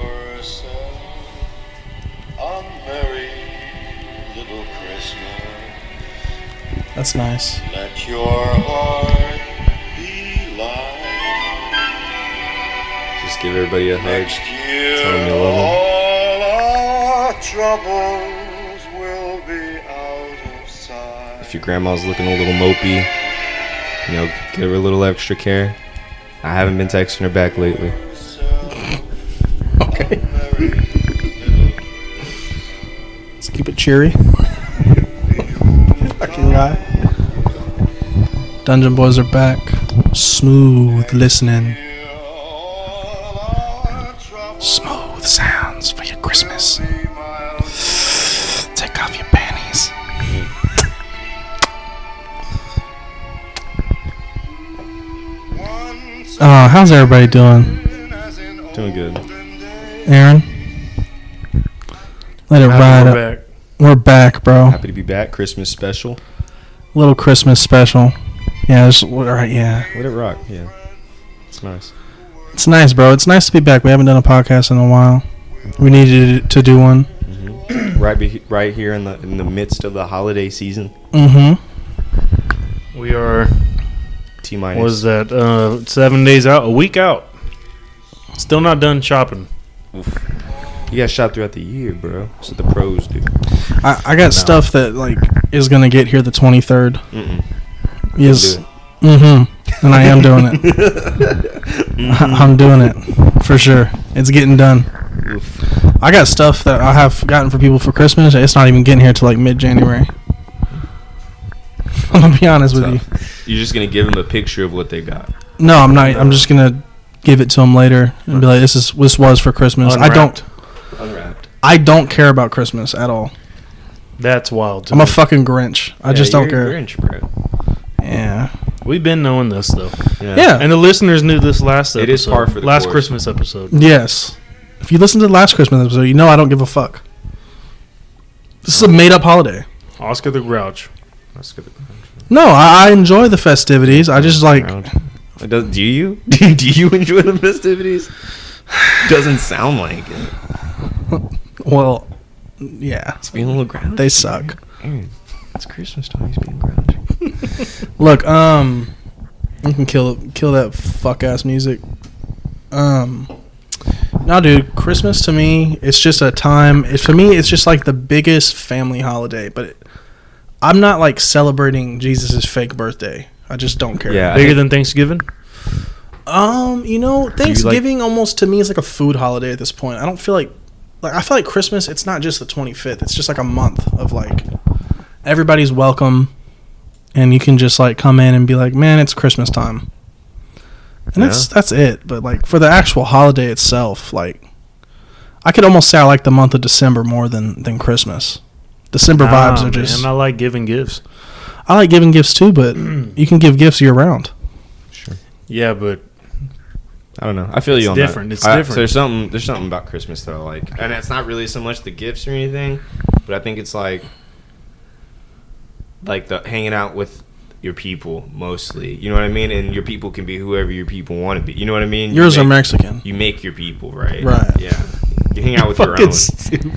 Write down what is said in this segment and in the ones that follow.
yourself a merry little Christmas. That's nice. Let your heart be light. Just give everybody a hug. Next year, Tell 'em you love 'em. all our troubles will be out of sight. If your grandma's looking a little mopey, you know, give her a little extra care. I haven't been texting her back lately. Okay. okay. Let's keep it cheery. Fucking guy. Dungeon Boys are back. Smooth listening. Smooth sounds for your Christmas. Take off your panties. Uh, how's everybody doing? Doing good. Aaron? Let it ride We're up. back. We're back, bro. Happy to be back. Christmas special. Little Christmas special. Yeah, it's, all right, yeah. Let it rock. Yeah. It's nice. It's nice, bro. It's nice to be back. We haven't done a podcast in a while. We needed to do one. Right be- right here in the in the midst of the holiday season. Mm-hmm. We are. T minus. Was that uh, seven days out? A week out. Still not done shopping. You got shot throughout the year, bro. That's what the pros do. I, I got stuff that like is gonna get here the twenty third. Mm-mm. Yes. Do it. Mm-hmm. And I am doing it. Mm-hmm. I, am doing it for sure. It's getting done. Oof. I got stuff that I have gotten for people for Christmas. It's not even getting here till like mid January. I'm gonna be honest with you. You're just gonna give them a picture of what they got. No, I'm not. I'm just gonna give it to them later and be like, "This is this was for Christmas." I don't. Unwrapped. Unwrapped. I don't care about Christmas at all. That's wild. to I'm a me. fucking Grinch. I just don't care. Yeah. We've been knowing this though, Yeah. and the listeners knew this last. It Episode, is par for the last course. Christmas episode. Yes. If you listen to the last Christmas episode, you know I don't give a fuck. This is a made up holiday. Oscar the Grouch. Let's get the No, I, I enjoy the festivities. I just like Around. It does, do you? do you enjoy the festivities? Doesn't sound like it. well, yeah, Being a little grouchy. they suck. Aaron, it's Christmas time. He's being grouchy. Look, um, you can kill kill that fuck ass music. Um, no, dude, Christmas to me, it's just a time. It, for me, it's just like the biggest family holiday. But it, I'm not like celebrating Jesus' fake birthday. I just don't care. Yeah. I Bigger hate- than Thanksgiving. Um, you know, Thanksgiving almost to me is like a food holiday at this point. I don't feel like like I feel like Christmas, it's not just the 25th. It's just like a month of like everybody's welcome and you can just like come in and be like, "Man, it's Christmas time." And that's that's it. But like for the actual holiday itself, like I could almost say I like the month of December more than than Christmas. December Nah, vibes are man, just I like giving gifts. I like giving gifts too, but you can give gifts year round. Yeah, but I don't know. I feel you It's on different. that. It's I- different. there's something. There's something about Christmas that I like, and it's not really so much the gifts or anything, but I think it's like, like the hanging out with your people mostly. You know what I mean? And your people can be whoever your people want to be. You know what I mean? Yours you are make, Mexican. You make your people, right? Right. Yeah. You hang out with your fucking own. stupid.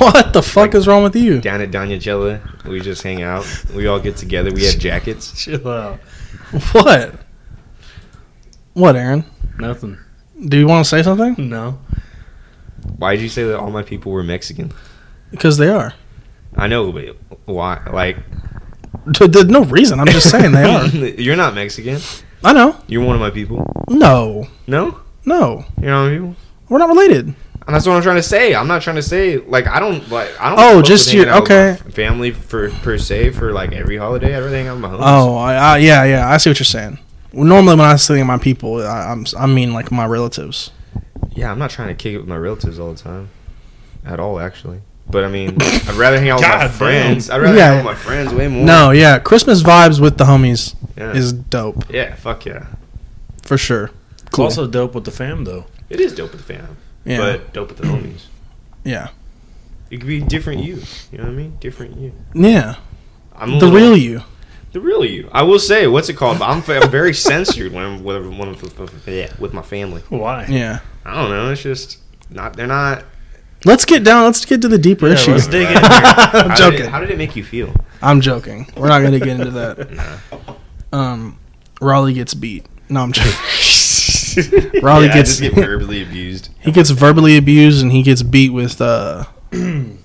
What the fuck is wrong with you? Down at Donjella, we just hang out. We all get together. We have jackets. Chill out. What? What, Aaron? Nothing. Do you want to say something? No. Why did you say that all my people were Mexican? Because they are. I know, but why? Like, Th- There's no reason. I'm just saying they are. you're not Mexican. I know. You're one of my people. No. No, No. you're not my people. We're not related. And that's what I'm trying to say. I'm not trying to say like I don't like I don't. Oh, fuck with just hanging your- out with my okay. f- Family for per se for like every holiday, everything on my homies. Oh, I, I, yeah, yeah. I see what you're saying. Well, normally, when I say my people, I, I'm, I mean like my relatives. yeah, I'm not trying to kick it with my relatives all the time, at all actually. But I mean, I'd rather hang out with God my damn. friends. I'd rather Yeah. hang out with my friends way more. No, yeah. Christmas vibes with the homies yeah, is dope yeah, fuck yeah. for sure. It's also dope with the fam though. It is dope with the fam, Yeah. but dope with the homies. Yeah. It could be different you. You know what I mean? Different you. yeah. I'm a The little- real you. The real you. I will say, what's it called? I'm, I'm very censored when I'm with, when I'm with, with- yeah, with my family. Why? Yeah. I don't know. It's just Not they're not. Let's get down. Let's get to the deeper Yeah, issues. let's dig in. I'm How did it- joking. how did it make you feel? I'm joking. We're not going to get into that. Um, Raleigh gets beat. No, I'm joking. Raleigh Yeah, I gets just get verbally abused. he gets verbally abused and he gets beat with uh So I don't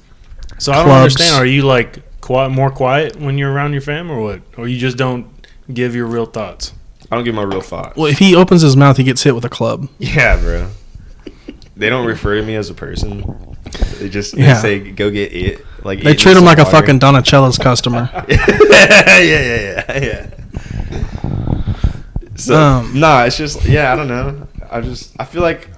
Clubs. understand. Are you like quiet, more quiet when you're around your fam, or what? Or you just don't give your real thoughts? I don't give my real thoughts. well if he opens his mouth he gets hit with a club. Yeah, bro. They don't refer to me as a person. They just they Yeah. say go get it. Like They it treat needs some him like a water. fucking Donizella's customer. yeah, yeah, yeah, yeah. So Um. nah, it's just yeah. I don't know. I just I feel like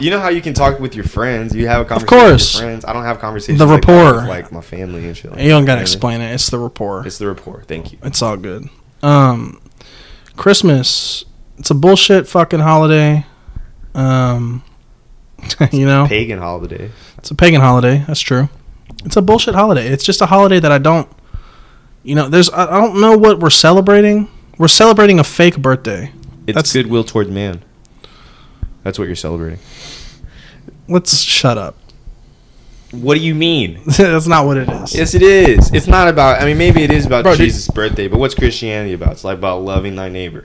you know how you can talk with your friends. You have a conversation course. with your friends. I don't have conversations The like that with, rapport. like my family and shit. Like you don't got to that. explain it. It's the rapport. It's the rapport. Thank you. It's all good. Um, Christmas. It's a bullshit fucking holiday. Um, you know, Pagan holiday. it's a pagan holiday. That's true. It's a bullshit holiday. It's just a holiday that I don't. You know, there's. I I don't know what we're celebrating. We're celebrating a fake birthday. It's That's- goodwill toward man. That's what you're celebrating. Let's shut up. What do you mean? That's not what it is. Yes, it is. It's not about. I mean, maybe it is about Bro, did- Jesus' birthday, but what's Christianity about? It's like about loving thy neighbor.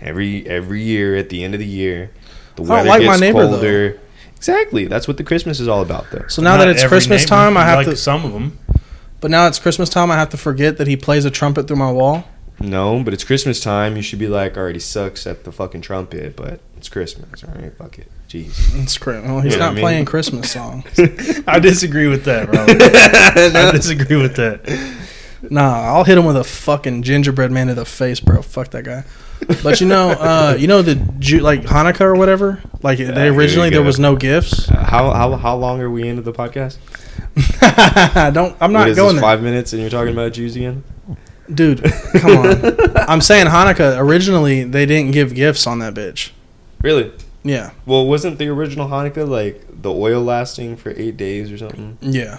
Every every year at the end of the year, the don't weather like my gets neighbor, though. colder. Exactly. That's what the Christmas is all about, though. so now that Not it's every Christmas neighbor. time, I have like to. some of them. But now it's Christmas time, I have to forget that he plays a trumpet through my wall. No, but it's Christmas time. You should be like, already sucks at the fucking trumpet, but it's Christmas, all right? Fuck it. Jeez. It's Chris. Well, he's Yeah, not I mean- playing Christmas song. I disagree with that, Robert. I disagree with that. Nah, I'll hit him with a fucking gingerbread man to the face, bro. Fuck that guy. But you know, uh, you know the Ju- like Hanukkah or whatever. Like they here we originally there go. was no gifts. Uh, how, how how long are we into the podcast? Don't I'm What not is going this, there, five minutes, and you're talking about Jews again? dude. Come on. I'm saying Hanukkah originally they didn't give gifts on that bitch. Really? Yeah, Well, wasn't the original Hanukkah like the oil lasting for eight days or something? yeah.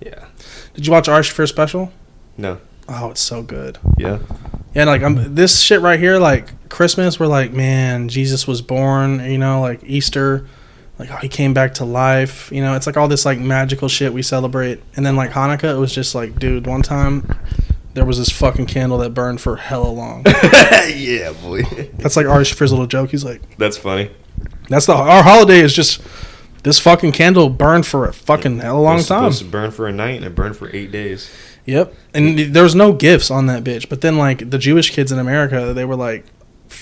Yeah. Did you watch Arsh Fear Special? No. Oh, it's so good. Yeah. Yeah, like I'm this shit right here, like Christmas, we're like, man, Jesus was born, you know, like Easter, like oh, he came back to life, you know, it's like all this like magical shit we celebrate. And then like Hanukkah, it was just like, dude, one time there was this fucking candle that burned for hella long. yeah, boy. That's like Ari Shafir's little joke. He's like, That's funny. that's the our holiday is just this fucking candle burned for a fucking hella It long was time. supposed to burn for a night, and it burned for eight days. Yep. And there's no gifts on that bitch. But then like the Jewish kids in America, they were like,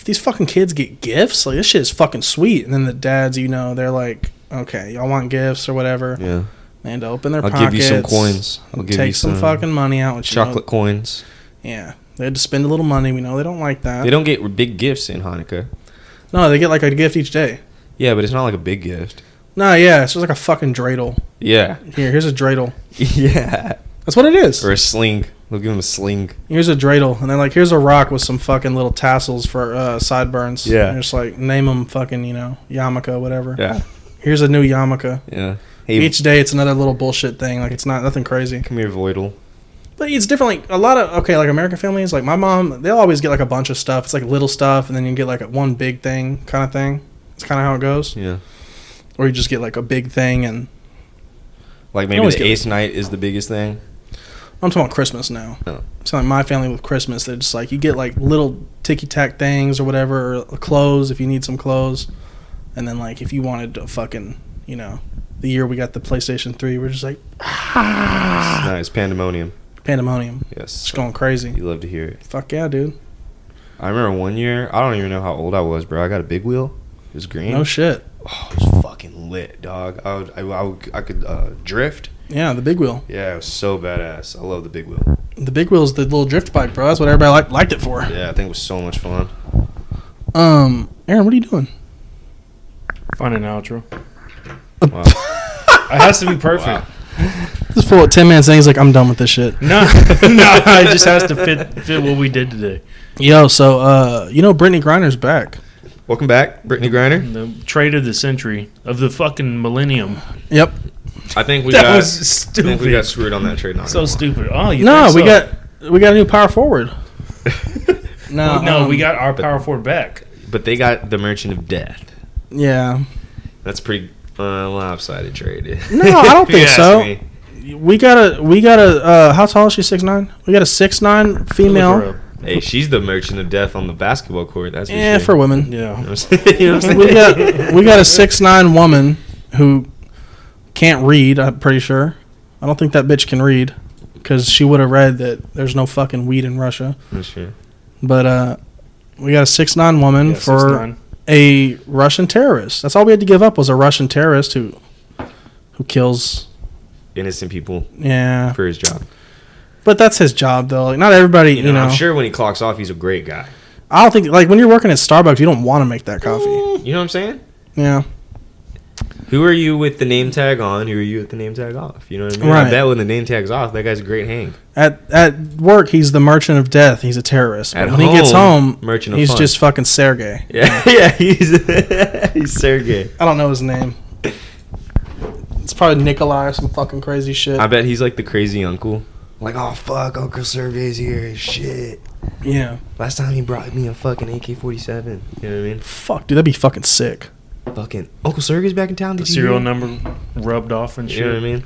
these fucking kids get gifts. Like this shit is fucking sweet. And then the dads, you know, they're like, okay, y'all want gifts or whatever, Yeah. and open their I'll pockets. give you some coins. I'll give take you some, some fucking money out. Which, Chocolate Chocolate. coins. yeah. They had to spend a little money. We know they don't like that. They don't get big gifts in Hanukkah. no, they get like a gift each day. Yeah, but it's not like a big gift. No, yeah, it's just like a fucking dreidel. Yeah. Here, here's a dreidel. yeah. That's what it is. Or a sling. They'll give him a sling. Here's a dreidel, and they're like, here's a rock with some fucking little tassels for uh, sideburns. Yeah. and just like name them fucking you know yarmulke, whatever. Yeah. Here's a new yarmulke. Yeah. Hey, Each day, it's another little bullshit thing. Like it's not nothing crazy, come here, Voidal. but it's different. Like a lot of okay, like American families, like my mom, they'll always get like a bunch of stuff. It's like little stuff, and then you get like one big thing kind of thing. It's kind of how it goes, Yeah. or you just get like a big thing, and Like I maybe always the get- ace night is the biggest thing. I'm talking about Christmas now. Oh. So like my family with Christmas, they're just like you get like little ticky tack things or whatever, or clothes if you need some clothes, and then like if you wanted a fucking, you know, the year we got the PlayStation Three, we're just like Ah. Nice pandemonium. pandemonium, Yes. just going crazy. You love to hear it. Fuck yeah, dude. I remember one year. I don't even know how old I was, bro. I got a big wheel. It was green. No shit. Oh, it was fucking lit, dog. I would, I, I, would, I could uh, drift. Yeah, the big wheel. Yeah, it was so badass. I love the big wheel. The big wheel is the little drift bike, bro. That's what everybody liked, liked it for. Yeah, I think it was so much fun. Um, Aaron, what are you doing? Find an outro. Wow. It has to be perfect. Wow. This fool at ten minutes in, he's like, I'm done with this shit. No, no, it just has to fit fit what we did today. Yo, so uh, you know, Brittany Griner's back. Welcome back, Brittany Griner. The trade of the century of the fucking millennium. Yep. I think we That got. was I think we got stupid. screwed on that trade. Not So gonna stupid. Oh, you No, think we so? got we got a new power forward. lie. No, no. um, we got our power forward back. but they got the Merchant of Death. yeah. That's pretty Uh, lopsided traded. No, I don't If you think ask so. me. We got a we got a uh, how tall is she? Six nine. We got a six nine Look her female. up. Hey, she's the merchant of death on the basketball court. That's for Yeah, sure. for women. You know Yeah. what I'm saying? You know what I'm we saying? got we got a six nine woman who can't read. I'm pretty sure. I don't think that bitch can read because she would have read that there's no fucking weed in Russia. For sure. But uh, we got a six nine woman yeah for 6'9". a Russian terrorist. That's all we had to give up was a Russian terrorist who who kills. Innocent people Yeah, for his job. but that's his job though. Like not everybody, You know, I'm sure when he clocks off, he's a great guy. I don't think like when you're working at Starbucks, you don't want to make that coffee. You know what I'm saying? Yeah, Who are you with the name tag on? Who are you with the name tag off? You know what I mean? Right. I bet when the name tag's off, that guy's a great hang. at at work he's the merchant of death. He's a terrorist. But At when he gets home, home, merchant of he's fun. just fucking Sergey. Yeah, yeah, he's he's Sergey. I don't know his name. It's probably Nikolai or some fucking crazy shit. I bet he's like the crazy uncle. Like, oh fuck, Uncle Sergey's here. Shit. yeah, Last time he brought me a fucking AK-47. You know what I mean? fuck, dude, that'd be fucking sick. Fucking Uncle Sergey's back in town. The Did you serial hear? number rubbed off and You know what I shit. mean?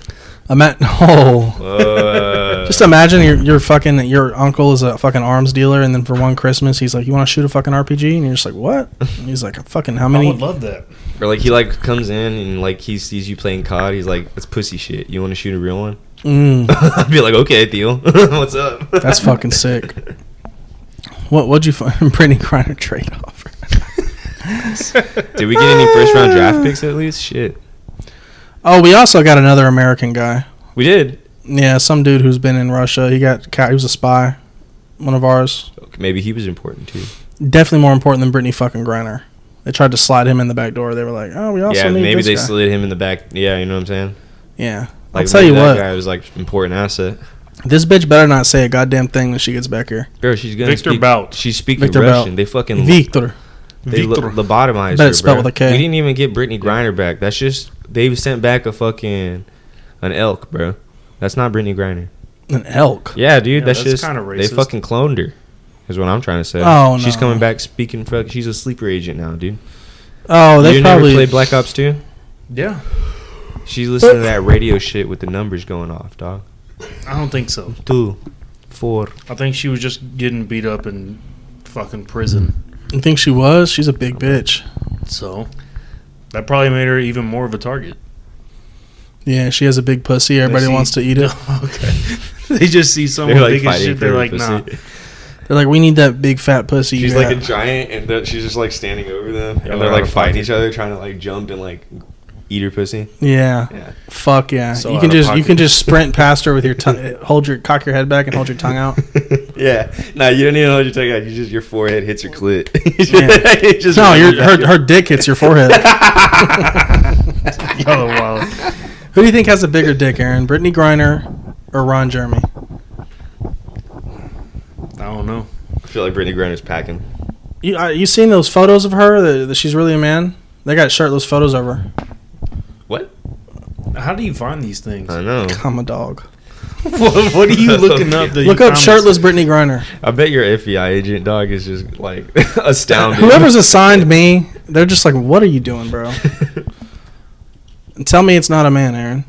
I meant oh. Uh, Just imagine your your fucking your uncle is a fucking arms dealer, and then for one Christmas he's like, "You want to shoot a fucking RPG?" And you're just like, "What?" And he's like, "Fucking how I many?" would love that. or like he like comes in and like he sees you playing COD. He's like, that's pussy shit. You want to shoot a real one? Mm. I'd be like, okay, Theo, what's up? That's fucking sick. What what'd you find? Brittany Griner trade offer. Did we get any first round draft picks at least? Shit, Oh, we also got another American guy. we did. Yeah, some dude who's been in Russia. He got ca- he was a spy, one of ours. Maybe he was important too. Definitely more important than Brittany fucking Griner. They tried to slide him in the back door. They were like, "Oh, we also yeah, need maybe this they guy." slid him in the back. Yeah, you know what I'm saying. yeah, I'll tell you maybe that what. guy was like important asset. This bitch better not say a goddamn thing when she gets back here. Bro, she's gonna Victor speak- Bout. She's speaking Victor Bout. Russian. They fucking Victor. they lo- Victor. lobotomized Bet her. it's spelled bro. with a K. We didn't even get Brittany Griner back. That's just they sent back a fucking an elk, bro. That's not Brittany Griner. An elk. Yeah, dude, Yeah, that's, that's just kinda they racist. fucking cloned her. Is what I'm trying to say. Oh, she's no. coming back speaking. Fuck, she's a sleeper agent now, dude. Oh, they you probably never played Black Ops 2? Yeah. She's listening to that radio shit with the numbers going off, dog. I don't think so. Two, four. I think she was just getting beat up in fucking prison. You think she was? She's a big bitch. So that probably made her even more of a target. Yeah, she has a big pussy. Everybody she- wants to eat it. okay. they just see someone big as shit. They're like, nah. They're like, we need that big fat pussy. She's you like a got." giant, and they're- she's just like standing over them, and Yeah, they're they're out like of fighting each other, trying to like jump and like eat her pussy. yeah. Yeah. Fuck yeah! So you out can of just you pocket. can just sprint past her with your tongue, eh, hold your cock your head back and hold your tongue out. yeah. No, you don't even know what you're talking about. You just your forehead hits your clit. Yeah. It just- No, your her, her dick hits your forehead. Y'all are wild. Who do you think has a bigger dick, Aaron? Brittany Griner or Ron Jeremy? I don't know. I feel like Brittany Griner's packing. You uh, you seen those photos of her that, that she's really a man? They got shirtless photos of her. What? How do you find these things? I know. I'm a dog. what, what are you looking up? that you Look up found this- shirtless Brittany Griner. I bet your FBI agent dog is just like astounded. Whoever's assigned me, they're just like, "What are you doing, bro?" And tell me it's not a man, Aaron.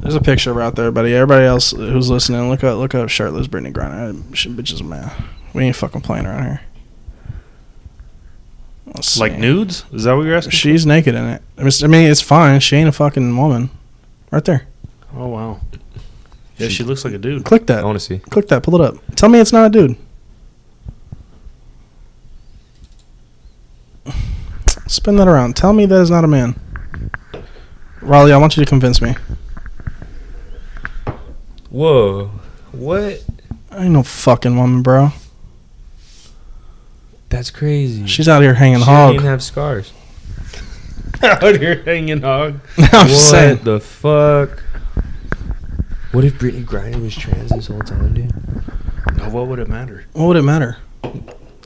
There's a picture out there, buddy. Everybody else who's listening, look up, look up shirtless Brittany Griner. She bitch is a man. We ain't fucking playing around here. Let's Like see. nudes? Is that what you're asking? She's naked in it. I mean, it's- I mean, it's fine. She ain't a fucking woman. Right there. Oh wow. Yeah, she, looks like a dude. Click I that. want to see. Click that. Pull it up. Tell me it's not a dude. Spin that around. Tell me that is not a man. Raleigh, I want you to convince me. Whoa. What? I ain't no fucking woman, bro. That's crazy. She's out here hanging she hog. didn't have scars. Out here hanging hog. I'm what just saying. the fuck? What if Brittany Griner was trans this whole time, dude? Now, what would it matter? What would it matter?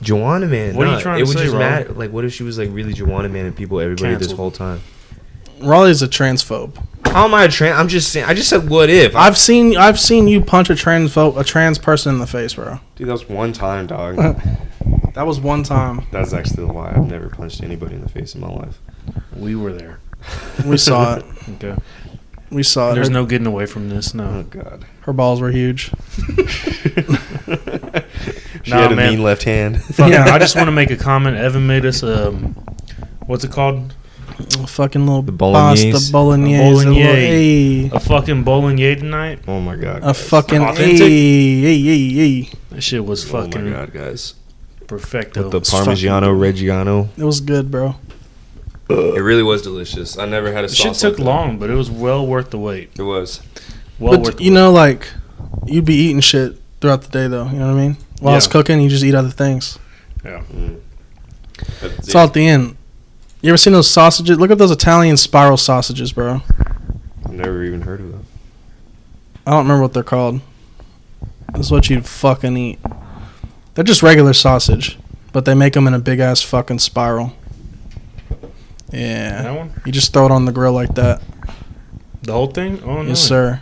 Joanna Man. What are you nah, trying it to would say, just Rob? matter. Like, what if she was like really Joanna Man and people, everybody, this Canceled. whole time? Raleigh's a transphobe. How am I a trans? I'm just saying. I just said, what if? I've seen I've seen you punch a transphobe a trans person in the face, bro. dude, that was one time, dog. That was one time That's actually why I've never punched anybody in the face in my life. We were there. we saw it. Okay. We saw it. There's Uh, her, Uh, no getting away from this. Oh No. God. her balls were huge. she Nah, had a man. mean left hand. Fuck, Yeah. I just want to make a comment. Evan made us um, what's it called? A fucking little The bolognese. bolognese. the bolognese. A, little, bolognese. hey, A fucking bolognese tonight. oh my God. a fucking Authentic. hey, hey, hey, hey. That shit was Oh my fucking God, guys. perfecto. With the It's fucking- Parmigiano Reggiano. It was good, bro. It really was delicious. I never had a The sauce. shit took like that. long, but it was well worth the wait. It was. Well worth but the you know, like you'd be eating shit throughout the day, though. You know what I mean? While it's Yeah. cooking, you just eat other things. But It's all at the end. You ever seen those sausages? Look up those Italian spiral sausages, bro. I've never even heard of them. I don't remember what they're called. That's what you'd fucking eat. They're just regular sausage, but they make them in a big ass fucking spiral. That Yeah. one? You just throw it on the grill like that. The whole thing? Oh no. Yes, sir.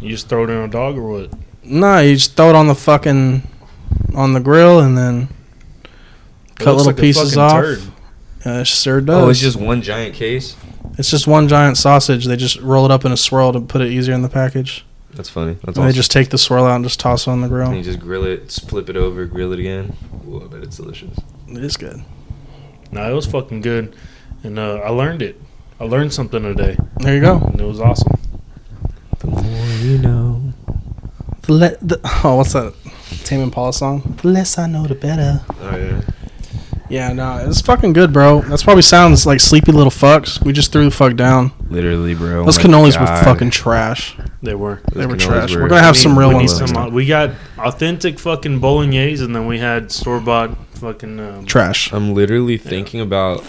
You just throw it in a dog or what? No, you just throw it on the fucking on the grill and then It cut little looks like a pieces fucking off. turd. Uh, it sure does. Oh, it's just one giant case. it's just one giant sausage. They just roll it up in a swirl to put it easier in the package. That's funny. That's and awesome. They just take the swirl out and just toss it on the grill. And you just grill it, flip it over, grill it again. Ooh, I bet it's delicious. It is good. No, it was fucking good, and uh, I learned it. I learned something today, There you go. and it was awesome. The more you know. The le- the, oh, what's that Tame Impala song? The less I know, the better. Oh yeah. Yeah, no, it's fucking good, bro. That's probably sounds like sleepy little fucks. We just threw the fuck down. Literally, bro. Oh Those cannolis were fucking trash. They were. They were trash. We're gonna have We some need- real we need ones. some, uh, we got authentic fucking bolognese, and then we had store bought fucking um, Trash. I'm literally thinking about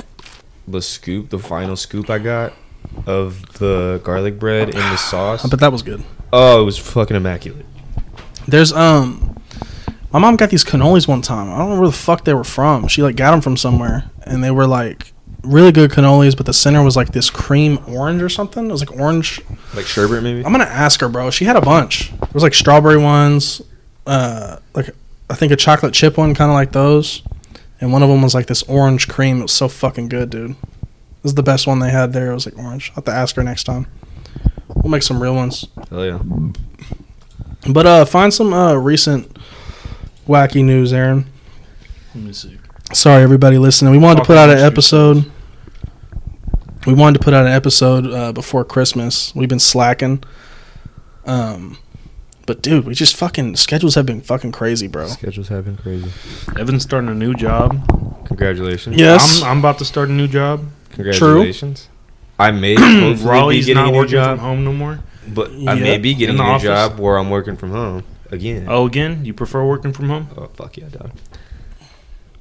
the scoop, the final scoop I got of the garlic bread and the sauce. But that was good. Oh, it was fucking immaculate. There's um, my mom got these cannolis one time. I don't know where the fuck they were from. She like got them from somewhere, and they were like really good cannolis, but the center was like this cream orange or something. It was like orange. Like sherbet, maybe. I'm gonna ask her, bro. She had a bunch. There was like strawberry ones, uh, like I think a chocolate chip one, kind of like those, and one of them was like this orange cream. It was so fucking good, dude. This is the best one they had there. It was like orange. I'll have to ask her next time. We'll make some real ones. Hell yeah. But uh, find some uh, recent wacky news, Aaron. Let me see. Sorry, everybody listening. We wanted to put out an Talking episode. We wanted to put out an episode uh, before Christmas. We've been slacking. Um, but dude, we just fucking schedules have been fucking crazy, bro. Schedule's having crazy. Evan's starting a new job. Congratulations. Yes, I'm, I'm about to start a new job. Congratulations. I may hopefully be Raleigh's getting a not new working from job, home no more. but I may Yeah. be getting In a the new office. job where I'm working from home again. Oh, again, you prefer working from home? Oh, fuck yeah, dog.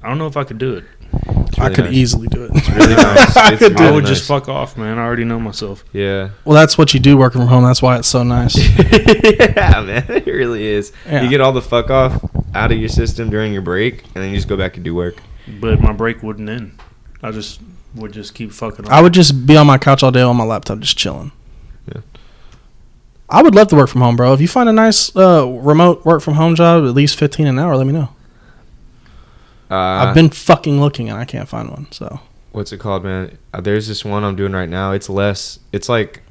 I don't know if I could do it. It's I really could nice. easily do it. Really nice. I It's could do I really would nice. just fuck off, man. I already know myself. Yeah. well, that's what you do working from home. That's why it's so nice. yeah, man, it really is. Yeah. You get all the fuck off out of your system during your break, and then you just go back and do work. But my break wouldn't end. I just would just keep fucking off. I would just be on my couch all day on my laptop, just chilling. Yeah. I would love to work from home, bro. If you find a nice uh, remote work from home job, at least fifteen an hour, let me know. Uh, I've been fucking looking and I can't find one. So What's it called, man? Uh, There's this one I'm doing right now. It's less. It's like,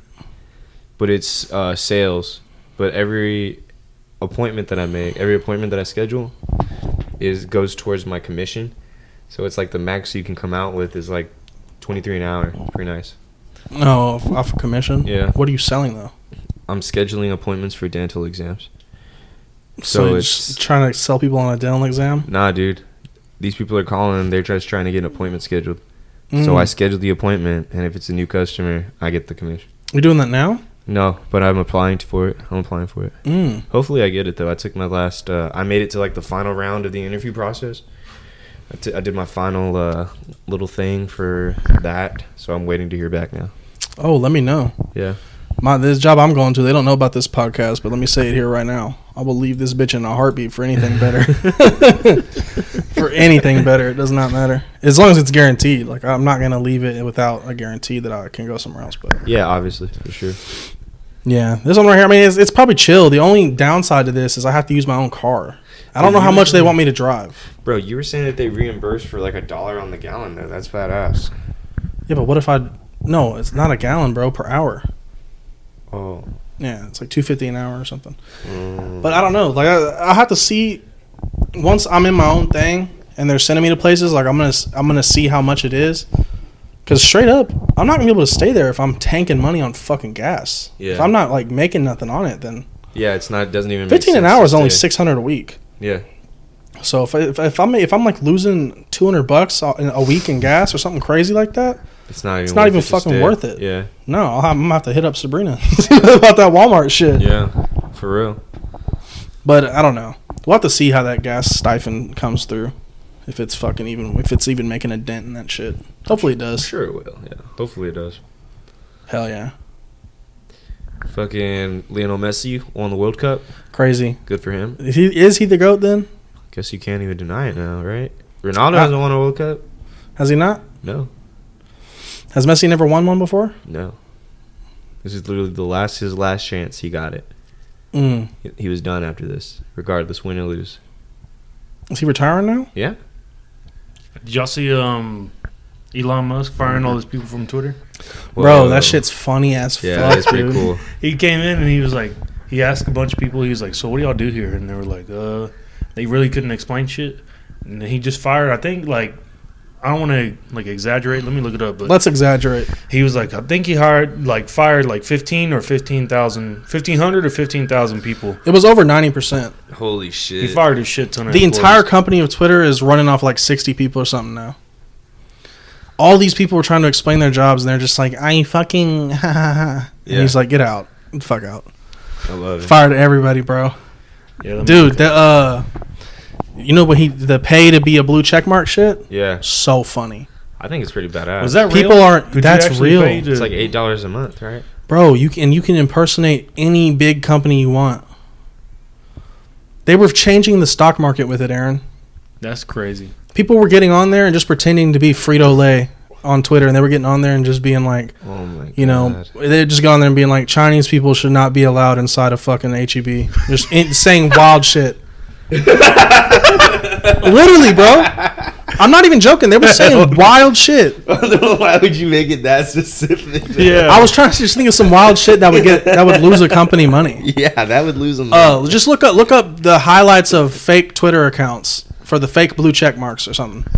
but it's uh, sales. But every appointment that I make, every appointment that I schedule, is goes towards my commission. So it's like the max you can come out with is like twenty three an hour. Pretty nice. no, off- off a commission. Yeah. What are you selling though? I'm scheduling appointments for dental exams. So, So you're just it's- trying to sell people on a dental exam. Nah, dude. These people are calling. They're just trying to get an appointment scheduled. So Mm. I schedule the appointment, and if it's a new customer, I get the commission. You're doing that now? No, but I'm applying t- for it. I'm applying for it. Mm. Hopefully, I get it though. I took my last. Uh, I made it to like the final round of the interview process. I, t- I did my final uh, little thing for that, so I'm waiting to hear back now. Oh, let me know. Yeah. My this job I'm going to, they don't know about this podcast, but let me say it here right now. I will leave this bitch in a heartbeat for anything better. for anything better, it does not matter. As long as it's guaranteed. Like I'm not gonna leave it without a guarantee that I can go somewhere else. But Yeah, obviously for sure. yeah, this one right here. I mean, it's, it's probably chill. The only downside to this is I have to use my own car. I don't know how much they want me to drive. Bro, you were saying that they reimburse for like a dollar on the gallon though. That's badass. Yeah, but what if I? No, it's not a gallon, bro, per hour. Oh. Yeah, it's like two fifty an hour or something. Mm. But I don't know. Like I, I have to see once I'm in my own thing and they're sending me to places. Like I'm gonna, s- I'm gonna see how much it is. Cause straight up, I'm not gonna be able to stay there if I'm tanking money on fucking gas. Yeah. If I'm not like making nothing on it, then yeah, it's not. It doesn't even. fifteen make an sense hour to is only stay. six hundred a week. Yeah. So if, I- if if I'm if I'm like losing two hundred bucks a in a week in gas or something crazy like that, It's not even. It's not worth even it to fucking stay. worth it. Yeah. no, I'll have, I'm gonna have to hit up Sabrina about that Walmart shit. Yeah. For real. But I don't know. We'll have to see how that gas stipend comes through. If it's fucking even, if it's even making a dent in that shit. Hopefully it does. Sure it will. Yeah. Hopefully it does. Hell yeah. Fucking Lionel Messi won the World Cup. Crazy. Good for him. Is he, is he the GOAT then? Guess you can't even deny it now, right? Ronaldo Ah. hasn't won a World Cup. Has he not? No. Has Messi never won one before? No. This is literally the last his last chance. He got it. Mm. He- He was done after this, regardless win or lose. Is he retiring now? Yeah. Did y'all see um, Elon Musk firing all those people from Twitter? Bro, Whoa. that shit's funny as Yeah, fuck, that's pretty dude. cool. He came in and he was like, he asked a bunch of people, he was like, so what do y'all do here? And they were like, uh, they really couldn't explain shit. And he just fired, I think, like, I don't want to like exaggerate. Let me look it up. But Let's exaggerate. he was like, I think he hired, like, fired like 15 or 15,000, 1,500 or 15,000 people. It was over 90%. Holy He shit. fired a shit ton of The employees. entire company of Twitter is running off like 60 people or something now. All these people were trying to explain their jobs and they're just like, I fucking. ha, ha, ha." And Yeah. he's like, get out. Fuck out. I love it. Fired everybody, bro. Yeah, let me dude the uh you know what he the pay to be a blue check mark shit Yeah, so funny I think it's pretty badass. Was that real? people aren't Could you that's actually real pay to- It's like eight dollars a month, right? bro you can you can impersonate any big company you want they were changing the stock market with it aaron That's crazy. people were getting on there and just pretending to be frito-lay on twitter and they were getting on there and just being like Oh my god. you know they just got on there and being like chinese people should not be allowed inside of fucking heb just in, saying wild shit literally bro i'm not even joking they were saying wild shit Why would you make it that specific? I was trying to just think of some wild shit that would get that would lose a company money. yeah, that would lose them. Uh, just look up look up the highlights of fake Twitter accounts for the fake blue check marks or something.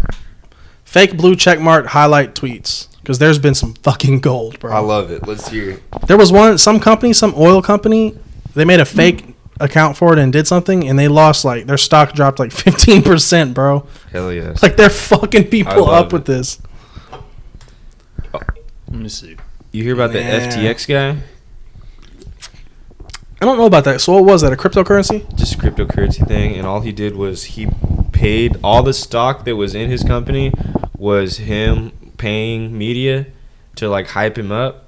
Fake blue check mark highlight tweets because there's been some fucking gold, bro. love it. Let's hear. there was one some company, some oil company, they made a Hmm. fake account for it and did something, and they lost like their stock dropped like fifteen percent, bro. Hell yes. Like they're fucking people love up with it. this. Let me see. you hear about Yeah. the FTX guy? I don't know about that. So what was that? A cryptocurrency? Just a cryptocurrency thing, and all he did was he paid all the stock that was in his company was him paying media to like hype him up,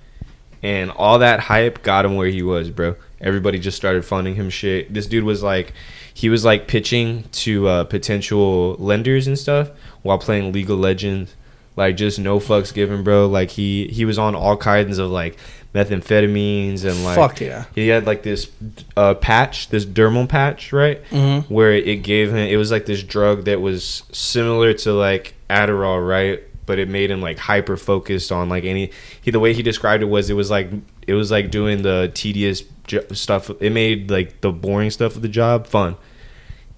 and all that hype got him where he was, bro. Everybody just started funding him shit. This dude was like, he was like pitching to uh, potential lenders and stuff while playing League of Legends. Like just no fucks given, bro. Like he he was on all kinds of like methamphetamines and like Fuck yeah. he had like this uh, patch, this dermal patch, right? Mhm. Where it gave him, it was like this drug that was similar to like Adderall, right? But it made him like hyper focused on like any. He the way he described it was it was like it was like doing the tedious jo- stuff. It made like the boring stuff of the job fun.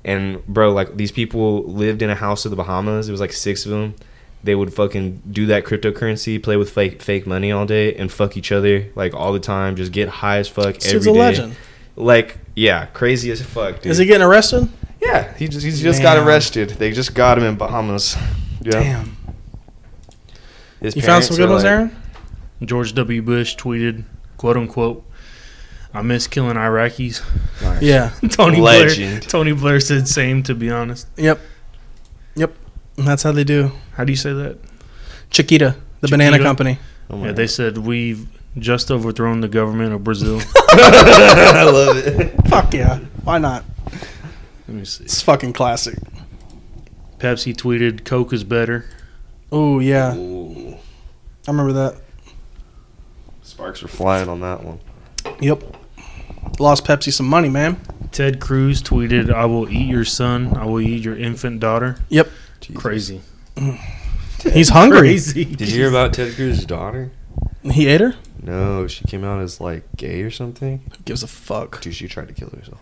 And bro, like these people lived in a house of the Bahamas. It was like six of them. They would fucking do that cryptocurrency, play with fake fake money all day, and fuck each other like all the time. Just get high as fuck This every dude's a day. legend. Like yeah, crazy as fuck, dude. Is he getting arrested? yeah, he just he just got Man. arrested. They just got him in Bahamas. Yeah. Damn. His You found parents some good are ones, like- Aaron? George W. Bush tweeted, quote unquote, I miss killing Iraqis. Yeah. Tony Blair. Legend. Tony Blair said same, to be honest. Yep. Yep. That's how they do. How do you say that? Chiquita, the banana Chiquita. company. Oh my Yeah, they said, We've just overthrown the government of Brazil. God. I love it. Fuck yeah. Why not? Let me see. It's fucking classic. Pepsi tweeted, Coke is better. Oh yeah. Ooh, I remember that. sparks were flying on that one. Yep. Lost Pepsi some money, man. Ted Cruz tweeted, "I will eat your son. I will eat your infant daughter." Yep. Crazy. He's hungry. Crazy. Did you hear about Ted Cruz's daughter? He ate her. No, she came out as like gay or something. Who gives a fuck? Dude, she tried to kill herself.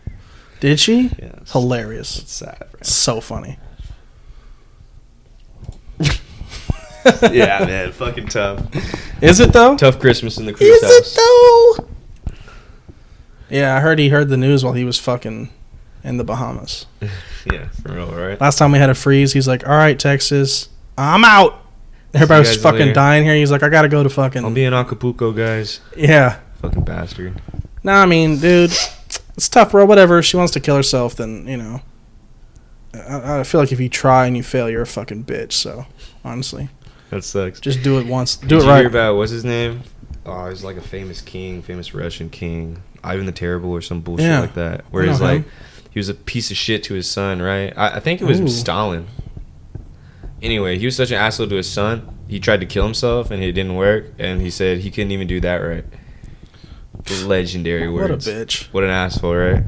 Did she? Yeah, it's, Hilarious. it's sad. Right? So funny. yeah, man, fucking tough. Is it though? Tough Christmas in the Cruz Is house. it though? Yeah, I heard he heard the news while he was fucking in the Bahamas. Yeah, for real, right? Last time we had a freeze, he's like, "All right, Texas, I'm out." Everybody guys was fucking later. dying here. He's like, "I gotta go to I'll fucking be in Acapulco, guys. yeah." Fucking bastard. Nah, I mean, dude, it's tough, bro. Whatever. If she wants to kill herself, then you know. I, I feel like if you try and you fail, you're a fucking bitch. So honestly, That sucks. just do it once. Do Did it you hear right. about what's his name? Oh, he's like a famous king, famous Russian king, Ivan the Terrible or some bullshit Yeah. like that. Where I he's know like, him. he was a piece of shit to his son, right? I, I think it was Ooh. Stalin. Anyway, he was such an asshole to his son. He tried to kill himself, and it didn't work. And he said he couldn't even do that right. Legendary What a words. bitch. What an asshole, right?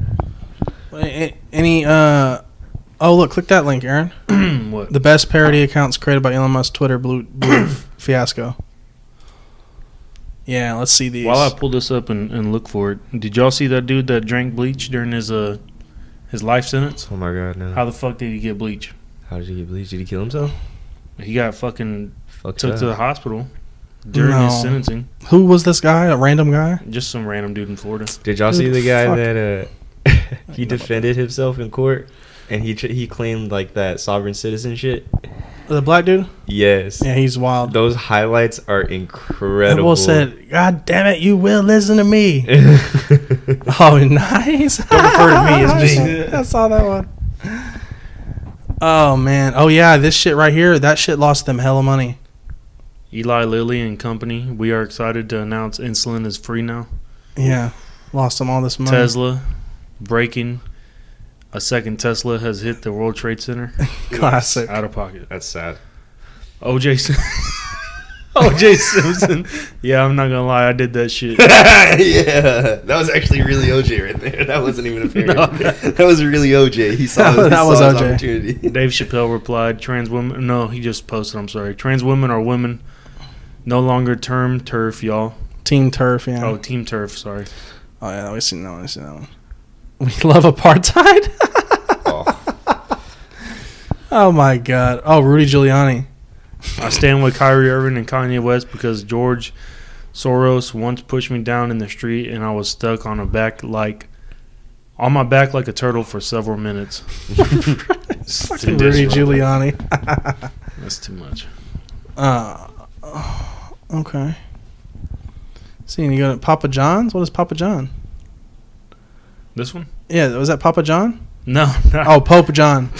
A- a- Any uh, oh look, click that link, Aaron. what? The best parody accounts created by Elon Musk's Twitter blue, blue fiasco. Yeah, let's see these. While I pull this up and, and look for it, did y'all see that dude that drank bleach during his uh his life sentence? Oh my god, no. How, How the fuck did he get bleach? did he get bleached? Did he kill himself? He got fucking Fucked took up. to the hospital during No. his sentencing. Who was this guy? A random guy? Just some random dude in Florida. Did y'all Dude, see the guy fuck. that uh, he defended himself in court and he tr- he claimed like that sovereign citizen shit? The black dude? Yes. Yeah, he's wild. Those highlights are That incredible. boy said, "God damn it, you will listen to me." oh, nice. Don't refer to me as me. I saw that one. Oh man. Oh yeah, this shit right here. That shit lost them hella money. Eli Lilly and company, we are excited to announce insulin is free now. Yeah, lost them all this money. Tesla breaking. A second Tesla has hit the World Trade Center. Classic. Out of pocket. That's sad. OJ Sim- OJ Simpson. Yeah, I'm not gonna lie, I did that shit. yeah, that was actually really OJ right there. That wasn't even a fair. No. that was really OJ. He saw, That was- he that was saw his OJ. opportunity. Dave Chappelle replied, "Trans women? No, he just posted. I'm sorry. Trans women are women, no longer term turf, y'all. Team Turf. Yeah. Oh, Oh, team turf. Sorry. yeah, we seen that one. We seen that one. We love apartheid. Oh, oh my god. Oh, Rudy Giuliani. I stand with Kyrie Irving and Kanye West because George Soros once pushed me down in the street and I was stuck on a back like." On my back like a turtle for several minutes. It's too Fucking Rudy disrespectful. Giuliani. That's too much. Uh, okay. See, and you go to Papa John's. What is Papa John? This one? Yeah, was that Papa John? No. not- Oh, Pope John.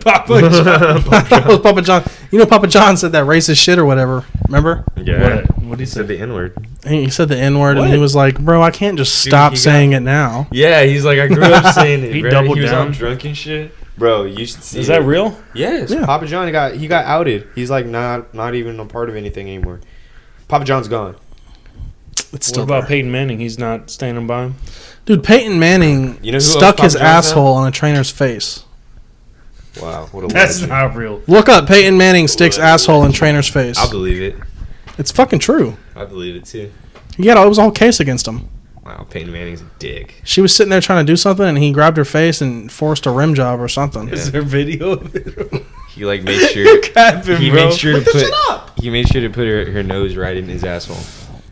Papa John. That was Papa John. You know, Papa John said that racist shit or whatever. Remember? yeah. What? What did he He said say? the N word. He said the N word, and he What? was like, "Bro, I can't just Dude, stop he got- saying it now." Yeah, he's like I grew up saying it. He bro. doubled he was down. all drunk and shit. Bro, you should see. Is it. that real? Yes, Yeah. Papa John got he got outed. He's like not not even a part of anything anymore. Papa John's gone. It's What still about about Peyton Manning? He's not standing by him. dude. Peyton Manning You know who owns stuck Papa his John's now? asshole on a trainer's face. Wow, what a That's legend. not real. Look up Peyton Manning sticks Legend. asshole in trainer's face. I believe it. It's fucking true. I believe it too. Yeah, it was all case against him. Wow, Peyton Manning's a dick. She was sitting there trying to do something, and he grabbed her face and forced a rim job or something. Yeah. Is there video of it? He like made sure capping, he bro. made sure to put he made sure to put her, her nose right in his asshole.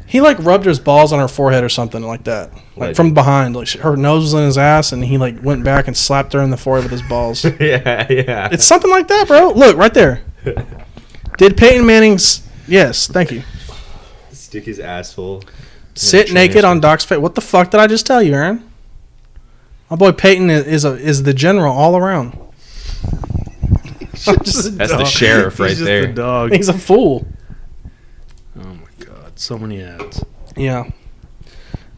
He like rubbed his balls on her forehead or something like that, like Legend. from behind. Like she, her nose was in his ass, and he like went back and slapped her in the forehead with his balls. yeah, yeah. It's something like that, bro. Look right there. Did Peyton Manning's? Yes, thank you. Stick his asshole. Sit trainer's naked on Doc's face. What the fuck did I just tell you, Aaron? My boy Peyton i- is a is the general all around. That's the sheriff right there. The dog. He's a fool. Oh my god, so many ads. Yeah.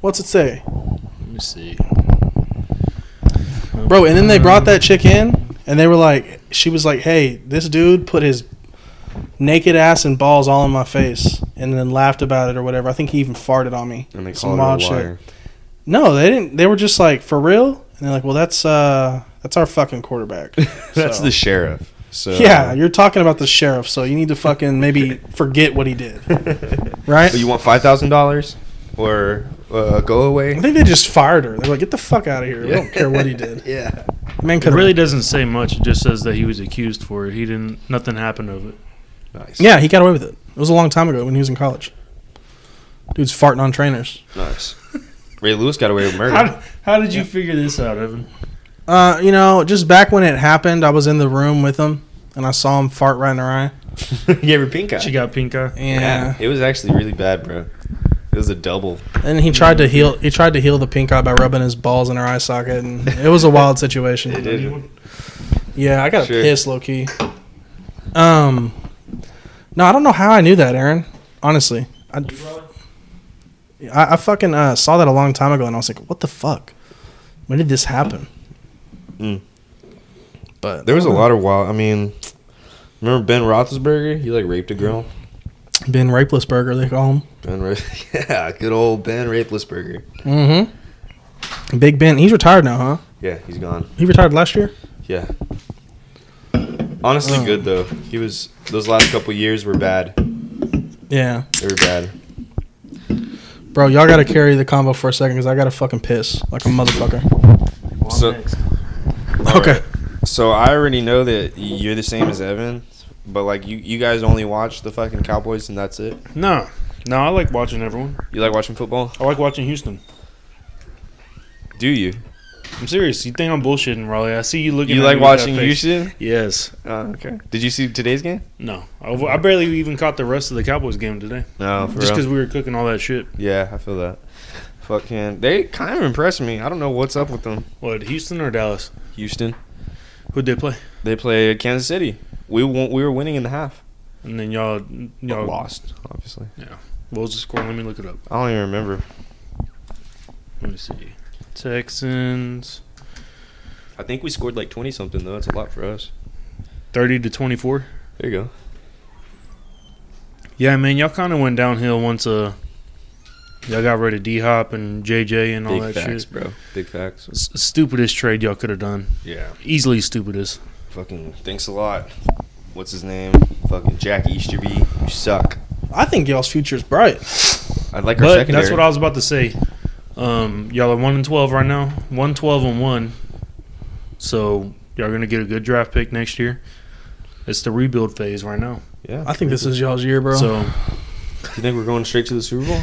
What's it say, Let me see. bro? And then they brought that chick in, and they were like, she was like, "Hey, this dude put his naked ass and balls all in my face, and then laughed about it or whatever. I think he even farted on me." And they Some called her wild a shit. liar. No, they didn't. They were just like, for real? And they're like, well, that's uh, that's our fucking quarterback. That's So- the sheriff. So yeah, you're talking about the sheriff, so you need to fucking maybe forget what he did, right? But you want five thousand dollars or uh, go away? I think they just fired her. They're like, get the fuck out of here. We don't care what he did. Yeah. Man It could really doesn't say much. It just says that he was accused for it. He didn't. Nothing happened of it. Nice. Yeah, he got away with it. It was a long time ago when he was in college. Dude's farting on trainers. Nice. Ray Lewis got away with murder. How, how did you figure this out, Evan? Uh, you know, just back when it happened, I was in the room with him and I saw him fart right in her eye. he gave her pink eye. She got pink eye. Yeah. It was actually really bad, bro. It was a double. And he tried to heal he tried to heal the pink eye by rubbing his balls in her eye socket and it was a wild situation. did. Yeah, I got a Sure. piss low key. Um No, I don't know how I knew that, Aaron. Honestly. I, I, I fucking uh, saw that a long time ago and I was like, what the fuck? When did this happen? Mm. But There was a lot of wild. I mean, remember Ben Roethlisberger? He like raped a girl. Ben Rapelessberger, they call him. Ben Ra- yeah, good old Ben Raplesberger. Mm-hmm. Big Ben, he's retired now, huh? Yeah, he's gone. He retired last year. Yeah. Honestly, good though. He was those last couple years were bad. Yeah, They were bad. bro, y'all gotta carry the combo for a second because I gotta fucking piss like a motherfucker. So- Okay, So I already know that you're the same as Evan, but like you, you guys only watch the fucking Cowboys and that's it. No, no, I like watching everyone. You like watching football? I like watching Houston. Do you? I'm serious. You think I'm bullshitting, Raleigh? I see you looking. You like at me with that watching face. Houston? Yes. Oh, okay. Did you see today's game? No, I, I barely even caught the rest of the Cowboys game today, No, for just real. because we were cooking all that shit. Yeah, I feel that. Fucking, they kind of impressed me. I don't know what's up with them. What Houston or Dallas? Houston, Who'd they play? they play Kansas City. We won- we were winning in the half. And then y'all, No, y'all lost, obviously. What was the score? Let me look it up. I don't even remember. Let me see. Texans I think we scored like twenty something though. It's a lot for us. thirty to twenty four. There you go. Yeah, man, y'all kind of went downhill once uh y'all got rid of D Hop and JJ and all Big that facts, shit. bro. Big facts. S- stupidest trade y'all could have done. Yeah. Easily stupidest. Fucking thanks a lot. What's his name? Fucking Jack Easterby. You suck. I think y'all's future's bright. I'd like our But secondary. that's what I was about to say. Um, y'all are one and twelve right now. One twelve and one. So y'all gonna get a good draft pick next year. It's the rebuild phase right now. yeah. I think this is y'all's year, bro. So Do you think we're going straight to the Super Bowl?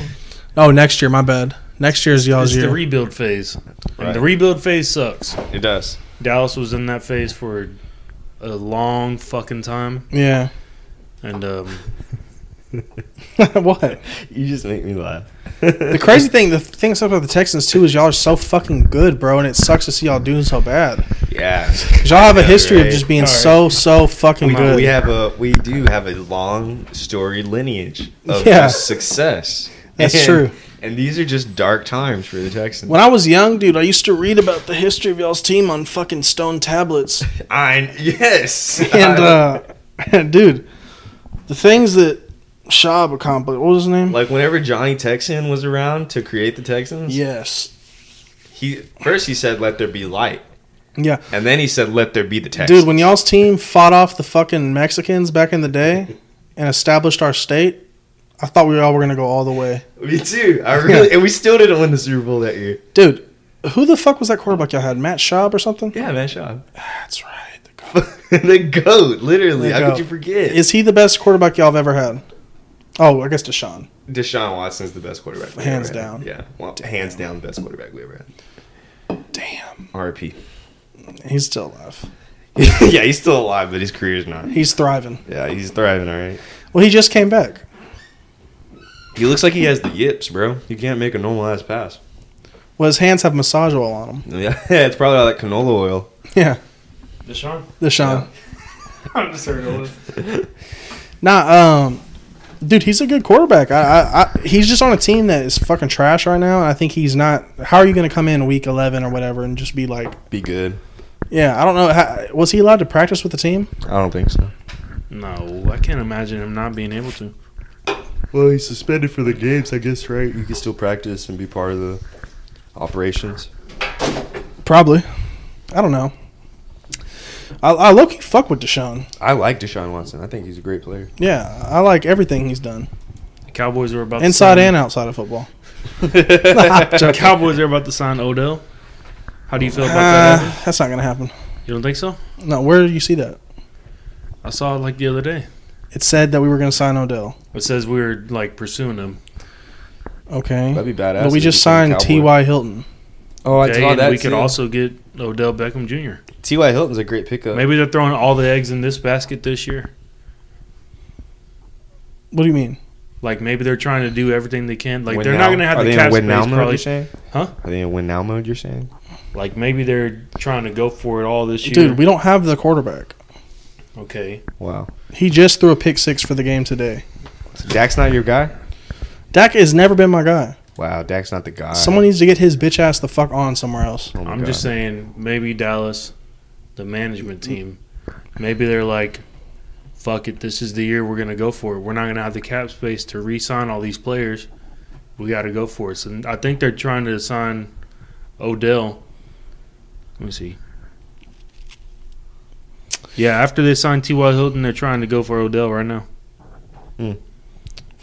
oh, next year, my bad. Next year's y'all's it's the year. rebuild phase. Right. And the rebuild phase sucks. It does. Dallas was in that phase for a long fucking time, yeah. and um, what? You just make me laugh. The crazy thing, the thing that sucks about the Texans too is y'all are so fucking good, bro, and it sucks to see y'all doing so bad. Yeah. 'Cause y'all have a Yeah, history right. of just being All right. so so fucking We, good. we have a we do have a long story lineage of Yeah. just success. That's And- true. And these are just dark times for the Texans. When I was young, dude, I used to read about the history of y'all's team on fucking stone tablets. I yes. And uh dude, the things that Shab accomplished what was his name? like whenever Johnny Texan was around to create the Texans, yes. he first he said let there be light. Yeah. And then he said let there be the Texans. Dude, when y'all's team fought off the fucking Mexicans back in the day and established our state, I thought we all were gonna go all the way. Me too. I really and we still didn't win the Super Bowl that year. Dude, who the fuck was that quarterback y'all had? Matt Schaub or something? Yeah, man, Sean. That's right. the goat. the goat, literally. The How goat. could you forget? Is he the best quarterback y'all have ever had? Oh, I guess Deshaun. Deshaun Watson is the best quarterback. we Hands ever had. down. Yeah, well, hands down, best quarterback we ever had. Damn. RP. He's still alive. yeah, he's still alive, but his career's not. He's thriving. Yeah, he's thriving. All right. Well, he just came back. He looks like he has the yips, bro. He can't make a normal ass pass. Well, his hands have massage oil on them. Yeah, it's probably all that canola oil. Yeah, Deshaun, Deshaun. I'm just heard all Nah, um, dude, he's a good quarterback. I, I, I, he's just on a team that is fucking trash right now, and I think he's not. How are you going to come in week eleven or whatever and just be like, Be good. yeah, I don't know. How, was he allowed to practice with the team? I don't think so. No, I can't imagine him not being able to. Well, he's suspended for the games, I guess, right? You can still practice and be part of the operations. Probably. I don't know. I, I low key fuck with Deshaun. I like Deshaun Watson. I think he's a great player. Yeah, I like everything he's done, The Cowboys are about to inside sign- and outside of football. The Joking. Cowboys are about to sign Odell. How do you feel about Uh, that? Ah. Evan? that's not gonna happen. You don't think so? No, where do you see that? I saw it like the other day. It said that we were gonna sign Odell. It says we were like pursuing him. Okay, That'd be badass. but we if he just became a signed Cowboy. T.Y. Hilton. Oh, I Okay, saw and that. we could too. also get Odell Beckham Jr. T.Y. Hilton's a great pickup. Maybe they're throwing all the eggs in this basket this year. What do you mean? Like maybe they're trying to do everything they can. Like they're not going to have Are the they cap in win now space mode, probably. You're saying? Huh? Are they in win now mode? You're saying? Like maybe they're trying to go for it all this year. Dude, we don't have the quarterback. okay. Wow. He just threw a pick six for the game today. So Dak's not your guy. Dak has never been my guy. Wow, Dak's not the guy. Someone needs to get his bitch ass the fuck on somewhere else. Oh my I'm God. just saying maybe Dallas, the management team, maybe they're like, fuck it, this is the year we're going to go for it. We're not going to have the cap space to re sign all these players. We got to go for it. So I think they're trying to sign Odell. Let me see. Yeah, after they sign T.Y. Hilton, they're trying to go for Odell right now.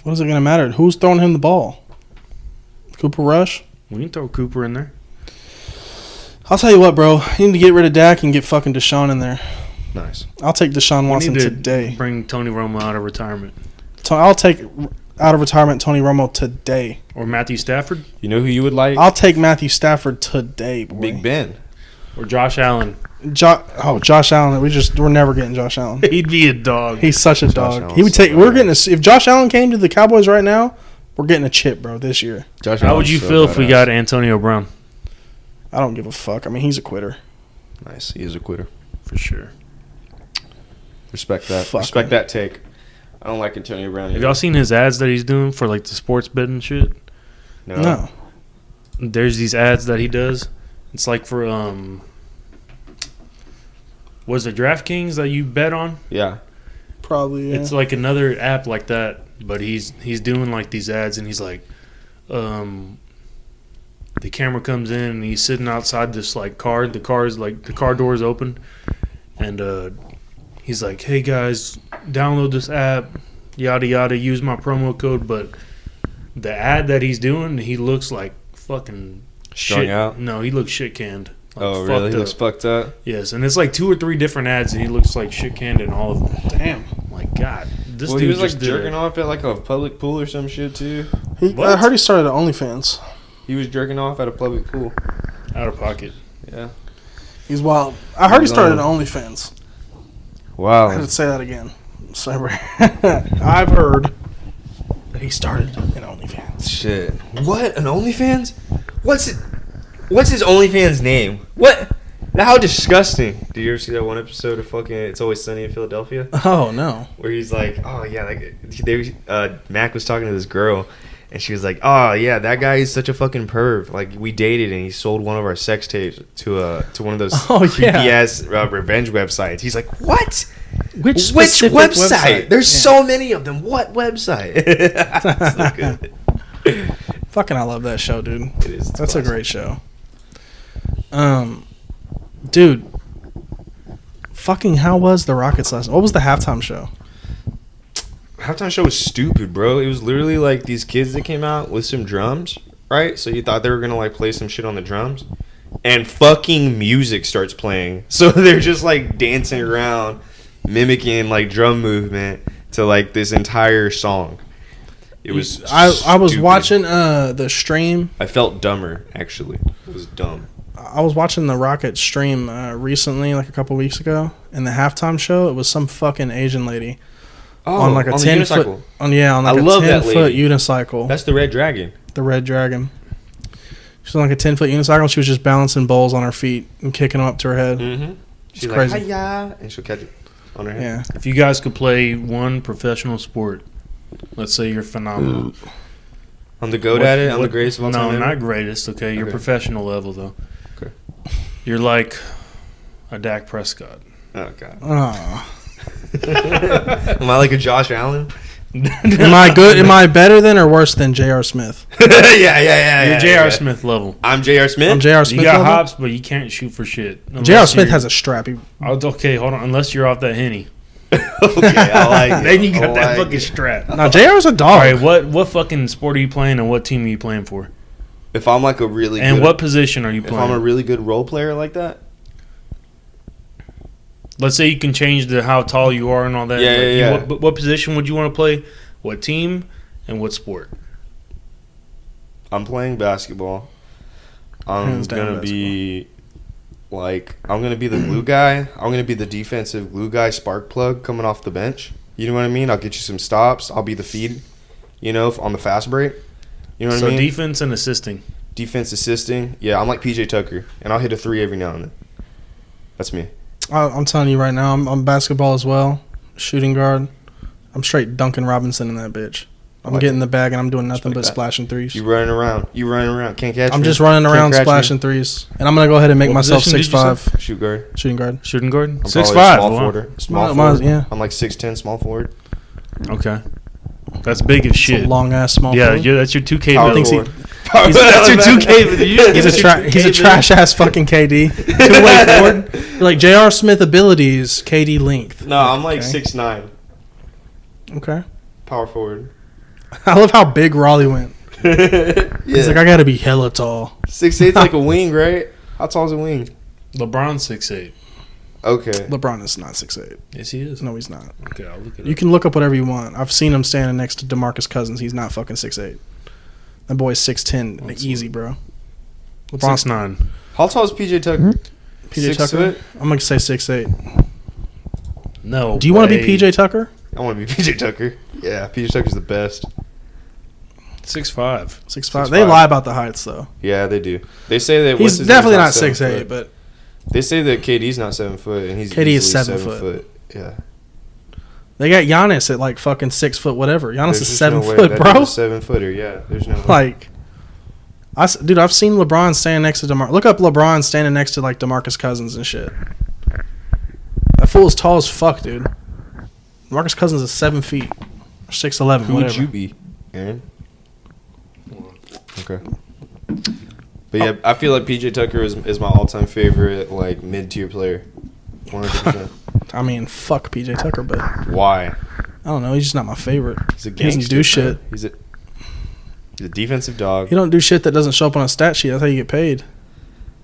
What is it gonna matter? Who's throwing him the ball? Cooper Rush. We can throw Cooper in there. I'll tell you what, bro. You need to get rid of Dak and get fucking Deshaun in there. nice. I'll take Deshaun We Watson need to today. Bring Tony Romo out of retirement. To- I'll take out of retirement Tony Romo today. Or Matthew Stafford You know who you would like? I'll take Matthew Stafford today, boy. Big Ben. or Josh Allen. Jo- oh, Josh Allen. We just we're never getting Josh Allen. He'd be a dog. He's such a dog. he would Allen's so take. We're badass. getting a, if Josh Allen came to the Cowboys right now, we're getting a chip, bro. This year, Josh How would Allen's you so feel if we badass. got Antonio Brown? I don't give a fuck. I mean, he's a quitter. Nice. He is a quitter. For sure. Respect that. Fuck Respect him. that take. I don't like Antonio Brown. Have either. y'all seen his ads that he's doing for like the sports betting shit? No. No, There's these ads that he does. It's like for um was it DraftKings that you bet on? Yeah. probably. yeah. It's like another app like that, but he's he's doing like these ads and he's like um the camera comes in and he's sitting outside this like car. The car is like the car door is open and uh he's like, "Hey guys, download this app, yada yada. Use my promo code." But the ad that he's doing, he looks like fucking Strung shit. out? No, he looks shit canned. Like, Oh, fucked really? He looks up. fucked up. yes, and it's like two or three different ads, and he looks like shit canned in all of them. damn. I'm like, God, this well, dude he was like just did jerking it. off at like a public pool or some shit too. He, I What? heard he started at OnlyFans. He was jerking off at a public pool. out of pocket. Yeah. He's wild. I heard he He's started at on- OnlyFans. I Wow. had to say that again. Sober. I've heard that he started in OnlyFans. Shit. What? An OnlyFans? What's it? What's his OnlyFans name? What? How disgusting. Do you ever see that one episode of fucking It's Always Sunny in Philadelphia? Oh no! where he's like, oh yeah, like they, uh, Mac was talking to this girl, and she was like, oh yeah, that guy is such a fucking perv. Like we dated, and he sold one of our sex tapes to uh to one of those Oh, creepy yeah. ass uh, revenge websites. He's like, what? Which Which website? There's Yeah. so many of them. What website? It's so good. fucking. I love that show, dude. It is. It's That's a classic. great show. Um, dude, fucking how was the Rockets last? What was the halftime show? halftime show was stupid, bro. It was literally like these kids that came out with some drums, right? So you thought they were gonna like play some shit on the drums, and fucking music starts playing. So they're just like dancing around, mimicking like drum movement to like this entire song. It was. I I was stupid. watching uh the stream. I felt dumber actually. It was dumb. I was watching the Rockets stream uh, recently, like a couple weeks ago, and the halftime show. It was some fucking Asian lady Oh, on like a the ten unicycle. foot on yeah on like I a love ten that foot lady. unicycle. That's the Red Dragon. the Red Dragon. She was on like a ten foot unicycle. and She was just balancing bowls on her feet and kicking them up to her head. Mm-hmm. She's It's like, crazy. Hiya, and she'll catch it on her head. Yeah, If you guys could play one professional sport, let's say you're phenomenal. I'm the goat What- at it. I'm what- the greatest of all No, time. ever. not greatest. Okay, your Okay. professional level though. Okay. You're like a Dak Prescott. Oh god. oh, Am I like a Josh Allen? Am I good? Am I better than or worse than J.R. Smith? yeah, yeah, yeah. You're yeah, J.R. yeah. Smith level. I'm J.R. Smith. I'm J.R. Smith. you got level? hops, but you can't shoot for shit. J.R. Unless Smith you're- has a strap. He- Oh, it's okay, hold on. Unless you're off that henny, okay, I like it. then you I got that Oh, like fucking it. strap. Now J.R.'s a All dog. right, what what fucking sport are you playing, and what team are you playing for, If I'm like a really and good, what position are you if I'm playing? a really good role player like that, Let's say you can change the how tall you are and all that. Yeah, but yeah, you- yeah. What, but what position would you want to play? What team and what sport? I'm playing basketball. I'm Hands down gonna be like I'm gonna be the glue guy. I'm gonna be the defensive glue guy, spark plug coming off the bench. You know what I mean? I'll get you some stops. I'll be the feed. You know, on the fast break. You know what so I mean? defense and assisting. Defense assisting. Yeah, I'm like PJ Tucker, and I'll hit a three every now and then. That's me. I, I'm telling you right now, I'm, I'm basketball as well, shooting guard. I'm straight Duncan Robinson in that bitch. I'm Like- getting the bag and I'm doing nothing like but that. splashing threes. You running around. You running around. Can't catch I'm me. just running Can't around catch me. splashing threes, and I'm gonna go ahead and make What myself position did six you say? five Shoot guard. shooting guard. Shooting guard, I'm probably six a five. Small wow. forward. Small Mine- mine's- forward. yeah. I'm like six ten. Small forward. Okay, that's big as It's a shit. long ass small. yeah, forward. you're, that's your two K. Power thinks he- forward. That's your two K. He's a, tra- he's a trash ass fucking KD. Two way forward. You're like J.R. Smith abilities, KD length. No, I'm like Okay. six nine. Okay. Power forward. I love how big Raleigh went. yeah. He's like, I gotta be hella tall. six eight's like a wing, right? How tall's a wing? LeBron six eight. Okay. LeBron is not six eight. Yes, he is. No, he's not. Okay, I'll look it You can look up whatever you want. I've seen him standing next to Demarcus Cousins. He's not fucking six eight. That boy's six ten, That's easy, bro. up. LeBron- Six nine. How tall is PJ Tucker? PJ Six Hmm? Tucker. foot? I'm gonna say six eight. No. Do you want to be way. PJ Tucker? I want to be PJ Tucker. Yeah, PJ Tucker's the best. Six five. Six five. Six They five. lie about the heights though. Yeah, they do. They say that what's He's his definitely name's not seven six foot. eight, but they say that KD's not seven foot, and he's KD is easily seven foot. Yeah, they got Giannis at like fucking six foot whatever. Giannis There's is just seven no way. foot, That bro. dude's a seven footer. Yeah, there's no way. Like, I s- dude, I've seen LeBron standing next to Demar. Look up LeBron standing next to like Demarcus Cousins and shit. That fool is tall as fuck, dude. Demarcus Cousins is seven feet, six eleven, Who would whatever. you be, Aaron? Okay. But yeah, I feel like PJ Tucker is, is my all time favorite like mid tier player. 100%. I mean, fuck PJ Tucker, but I Why? don't know. He's just not my favorite. He's a He doesn't gangster, do bro. shit. He's a he's a defensive dog. He don't do shit that doesn't show up on a stat sheet. That's how you get paid.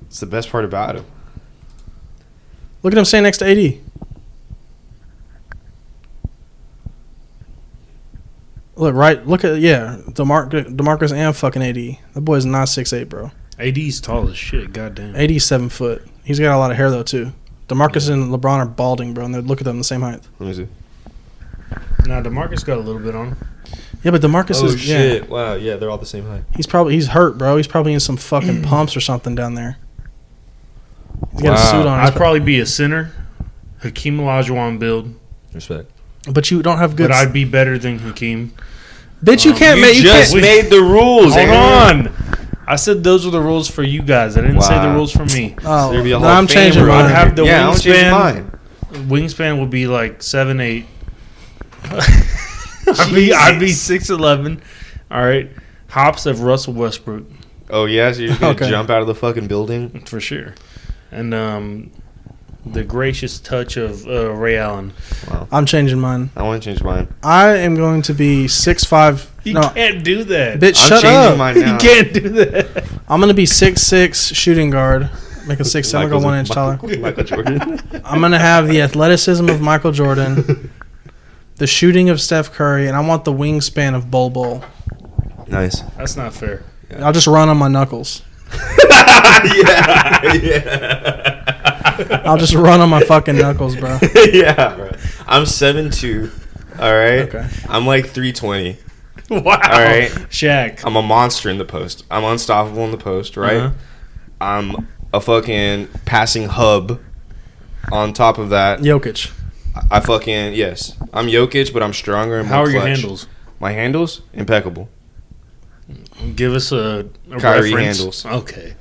It's the best part about him. Look at him standing next to AD. Look right. Look at yeah, Demar- Demarcus and fucking AD. That boy's not six eight, bro. AD's tall as shit. Goddamn. AD is seven foot. He's got a lot of hair though too. Demarcus and LeBron are balding, bro, and they look at them the same height. Let me see. Now Demarcus got a little bit on. Yeah, but Demarcus Oh, is yeah. Wow. Yeah, they're all the same height. He's probably he's hurt, bro. He's probably in some fucking pumps or something down there. He's got a Wow. suit on. He's I'd probably be a center, Hakeem Olajuwon build, Respect. pro- but you don't have good. but I'd be better than Hakeem. bitch, you can't You make. You just can't, can't- made the rules. Hold Aaron. on. I said those were the rules for you guys. I didn't say the Wow. rules for me. oh, There'd be a then Hall of I'm Famer changing on mine. here. Have the yeah, I'm changing wingspan. mine. Wingspan would be like seven eight. I'd be I'd be six eleven. All right. Hops of Russell Westbrook Oh yeah, so you're just gonna Okay. jump out of the fucking building. for sure, and um, the gracious touch of uh, Ray Allen. I'm changing mine. I want to change mine. I am going to be six five. You no, can't do that. bitch, I'm shut changing up. mine now. You can't do that. I'm gonna be six six shooting guard, make a six seven, go Michael's- one inch taller. Michael, Michael Jordan. I'm gonna have the athleticism of Michael Jordan, the shooting of Steph Curry, and I want the wingspan of Bol Bol. nice. That's not fair. I'll just run on my knuckles. yeah, yeah, I'll just run on my fucking knuckles, bro. yeah. Bro. I'm seven two. All right. Okay. I'm like three twenty. Wow. All right. Shaq. I'm a monster in the post. I'm unstoppable in the post, right? Uh-huh. I'm a fucking passing hub. On top of that, Jokic. I fucking yes. I'm Jokic, but I'm stronger and more How are your clutch. handles? My handles impeccable. Give us a, a Kyrie reference. handles. Okay.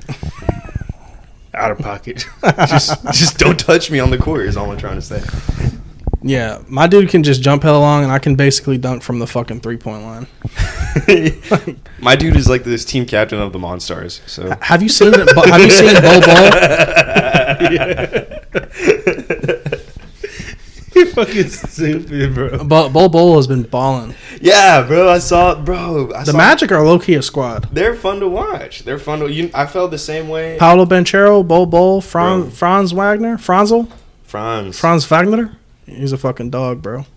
Out of pocket. Just, just don't touch me on the court is all I'm trying to say. Yeah, my dude can just jump hella long, and I can basically dunk from the fucking three point line. My dude is like this team captain of the Monstars. So Have you seen it? Have you seen Bo Ball? You're fucking stupid, bro. Bo, Bo Ball has been balling. yeah, bro, I saw, bro, I The saw, Magic are low key a squad. They're fun to watch. They're fun to. You, I felt the same way. Paolo Banchero, Bo Ball, Franz, Bro. Franz Wagner, Franzel, Franz. Franz Wagner. He's a fucking dog, bro.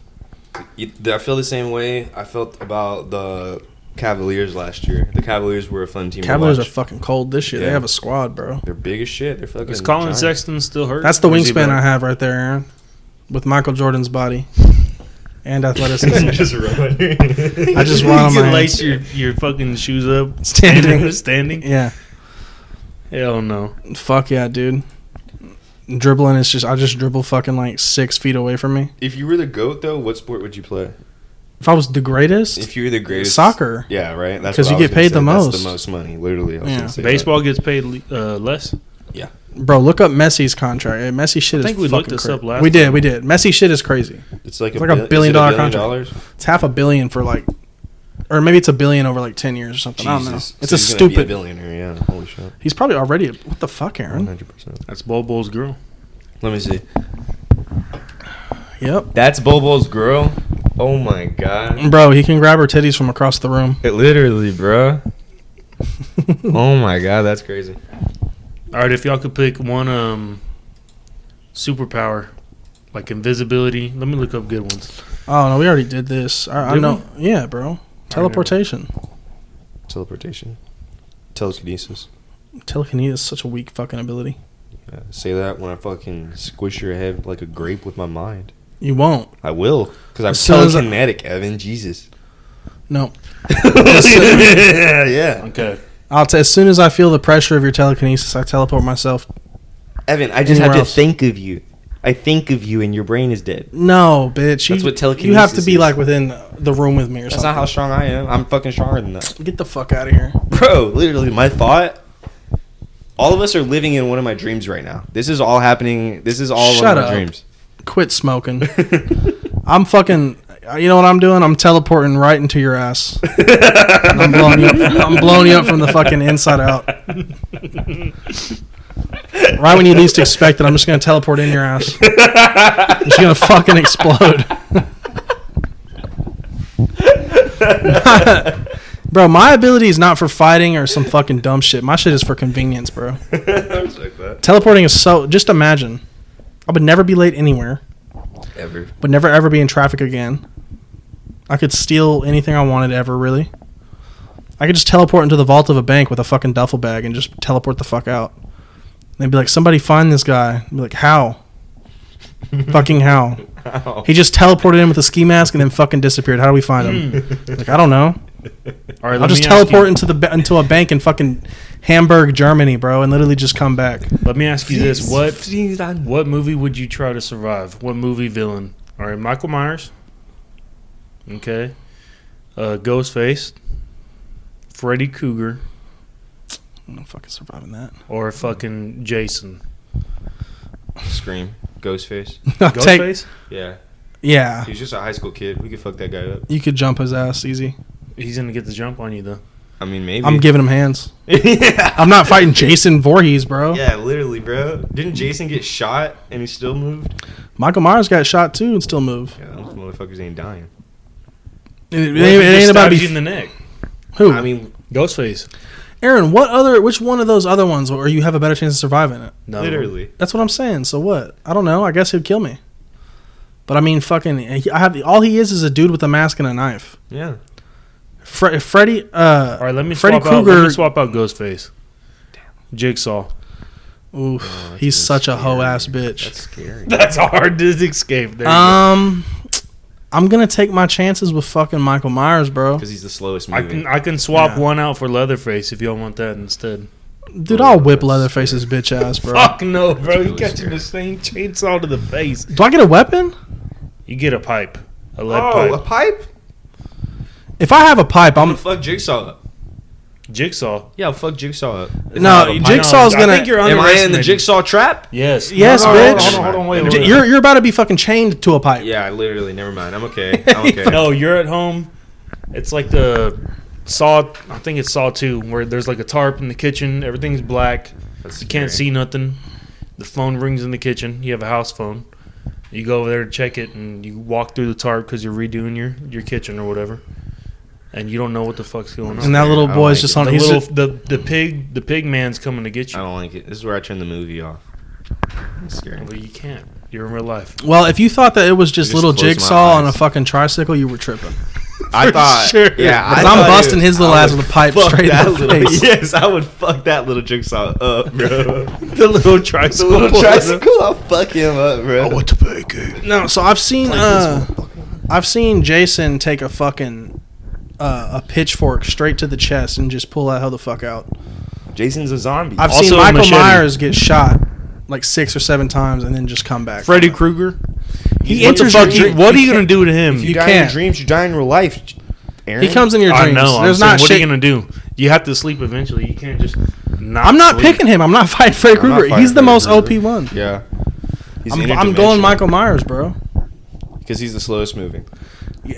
You- I feel the same way I felt about the Cavaliers last year. The Cavaliers were a fun team. Cavaliers to are watch. fucking cold this year. They Yeah. have a squad, bro. They're big as shit. They're fucking. Is Colin giants. Sexton still hurt? That's the Or is he wingspan I back? have right there, Aaron, with Michael Jordan's body and athleticism. Just run. I just run on you my can lace your, your fucking shoes up Standing. standing. yeah, Hell no. fuck yeah, dude. Dribbling is just I just dribble fucking like six feet away from me. if you were the goat, though, what sport would you play? If I was the greatest, If you were the greatest, soccer. Yeah, right. That's 'Cause what you I was get gonna paid the say. That's most. the most money, literally. I was Yeah. gonna say that. Baseball gets paid le- uh, less. bro, look up Messi's contract. Eh, Messi shit I is think we fucking looked this cra- up last We did, time. we did. Messi shit is crazy. It's like, It's a, like a bil- is it billion dollar billion contract. dollars. It's half a billion for like, or maybe it's a billion over like ten years or something. I don't know. Jesus. It's So a he's gonna be stupid. billionaire. Yeah, holy shit. he's probably already. What the fuck, Aaron? 100%. That's Bobo's girl. Let me see. Yep, That's Bobo's girl. Oh my god. bro. He can grab her titties from across the room. It literally, bro. oh my god, that's crazy. All right, if y'all could pick one um superpower, like invisibility. Let me look up good ones. Oh no, we already did this. I, I Did know. Yeah, bro. Teleportation. Teleportation. Telekinesis. Telekinesis is such a weak fucking ability. Uh, say that when I fucking squish your head like a grape with my mind. You won't. I will, because I'm As soon as I- telekinetic, Evan. Jesus. No. yeah, yeah. Okay. I'll t- as soon as I feel the pressure of your telekinesis, I teleport myself. Evan, I just Anywhere have to else? think of you. I think of you, and your brain is dead. No, bitch. You, That's what You have to telekinesis be is. like within the room with me or That's something. not how strong I am. I'm fucking stronger than that. Get the fuck out of here. Bro, literally, my thought. All of us are living in one of my dreams right now. This is all happening. This is all Shut one of up. my dreams. Quit smoking. I'm fucking. You know what I'm doing? I'm teleporting right into your ass. And I'm blowing you up. I'm blowing you up from the fucking inside out. Right when you least expect it, I'm just gonna teleport in your ass. It's gonna fucking explode. bro, my ability is not for fighting or some fucking dumb shit. My shit is for convenience, bro. Teleporting is so. Just imagine. I would never be late anywhere. Ever. Would never ever be in traffic again. I could steal anything I wanted ever, really. I could just teleport into the vault of a bank with a fucking duffel bag and just teleport the fuck out. And they'd be like, somebody find this guy. I'd be like, how? fucking how? He just teleported in with a ski mask and then fucking disappeared. How do we find him? like, I don't know. All right. I'll Hmm. let just me ask teleport you- into the ba- into a bank in fucking Hamburg, Germany, bro, and literally just come back. Let me ask you this: what what movie would you try to survive? What movie villain? All right, Michael Myers. Okay. Uh, Ghostface. Freddy Cougar I'm not fucking surviving that. or fucking Jason. Scream. Ghostface. I'll take- Ghostface. Yeah. yeah, He's just a high school kid. We could fuck that guy up. you could jump his ass easy. He's gonna get the jump on you though. I mean, maybe. I'm giving him hands. yeah. I'm not fighting Jason Voorhees, bro. yeah, literally, bro. Didn't Jason get shot and he still moved? Michael Myers got shot too and still move. Yeah, those motherfuckers ain't dying. It, it What if ain't, he it just ain't about stabs be you in the neck. who. I mean, Ghostface. Aaron, what other? Which one of those other ones, or you have a better chance of surviving it? No. literally. That's what I'm saying. So what? I don't know. I guess he'd kill me. But I mean, fucking, he- I have all he is is a dude with a mask and a knife. Yeah. Fre- Freddy, uh, All right, let me Freddy swap out. Let Krueger- me swap out Ghostface. Jigsaw. oof, Oh, he's such a hoe ass bitch. That's scary. That's hard to escape. There you go. Um, I'm gonna take my chances with fucking Michael Myers, bro. Because he's the slowest I moving. can I can swap Yeah. one out for Leatherface if y'all want that instead. Dude, I'll whip Leatherface's bitch ass, bro. Fuck no, bro! really You catching scary. the same chainsaw to the face. Do I get a weapon? You get a pipe, a lead Oh, a pipe. pipe? If I have a pipe, I'm I'm fuck Jigsaw up. Jigsaw. Yeah, fuck Jigsaw up. No, Jigsaw's I gonna. think you're Am I in the underestimating- Jigsaw trap? Yes. Yes, No, no, bitch. Hold on, hold on, wait, wait, J- wait. you're you're about to be fucking chained to a pipe. Yeah, literally. Never mind. I'm okay. I'm okay. No, you're at home. It's like the Saw. I think it's Saw Two, where there's like a tarp in the kitchen. Everything's black. That's You can't scary. see nothing. The phone rings in the kitchen. You have a house phone. You go over there to check it, and you walk through the tarp because you're redoing your your kitchen or whatever, and you don't know what the fuck's going on. And that little I don't boy's like just it. on. Oh. the He's little just- the the pig the pig man's coming to get I you. don't like it. This is where I turn the movie off. That's scary. Well, you can't. You're in real life. well, if you thought that it was just, just little closed my jigsaw on a eyes. fucking tricycle, you were tripping. I thought. sure. Yeah, I Because thought I'm it- busting his little I ass would with a pipe fuck straight that in the little, face. Yes, I would fuck that little jigsaw up, bro. The little tricycle. I'll fuck him up, bro. to bake No, so I've seen uh, I've seen Jason take a fucking uh, a pitchfork straight to the chest and just pull that hell the fuck out. Jason's a zombie. I've Also seen a Michael machete. Myers get shot like six or seven times and then just come back. Freddy Krueger. he What the enters fuck? your you- dream- what are he you gonna do to him? you die in can't. your dreams, you die in real life. Aaron. He comes in your I dreams. know. There's I'm not saying, what are shit. you gonna do? You have to sleep eventually. You can't just. Not I'm not sleep. picking him. I'm not fighting Freddy I'm not Krueger. fighting He's the Freddy most Krueger. OP one. Yeah. He's I'm, I'm going Michael Myers, bro. because he's the slowest moving.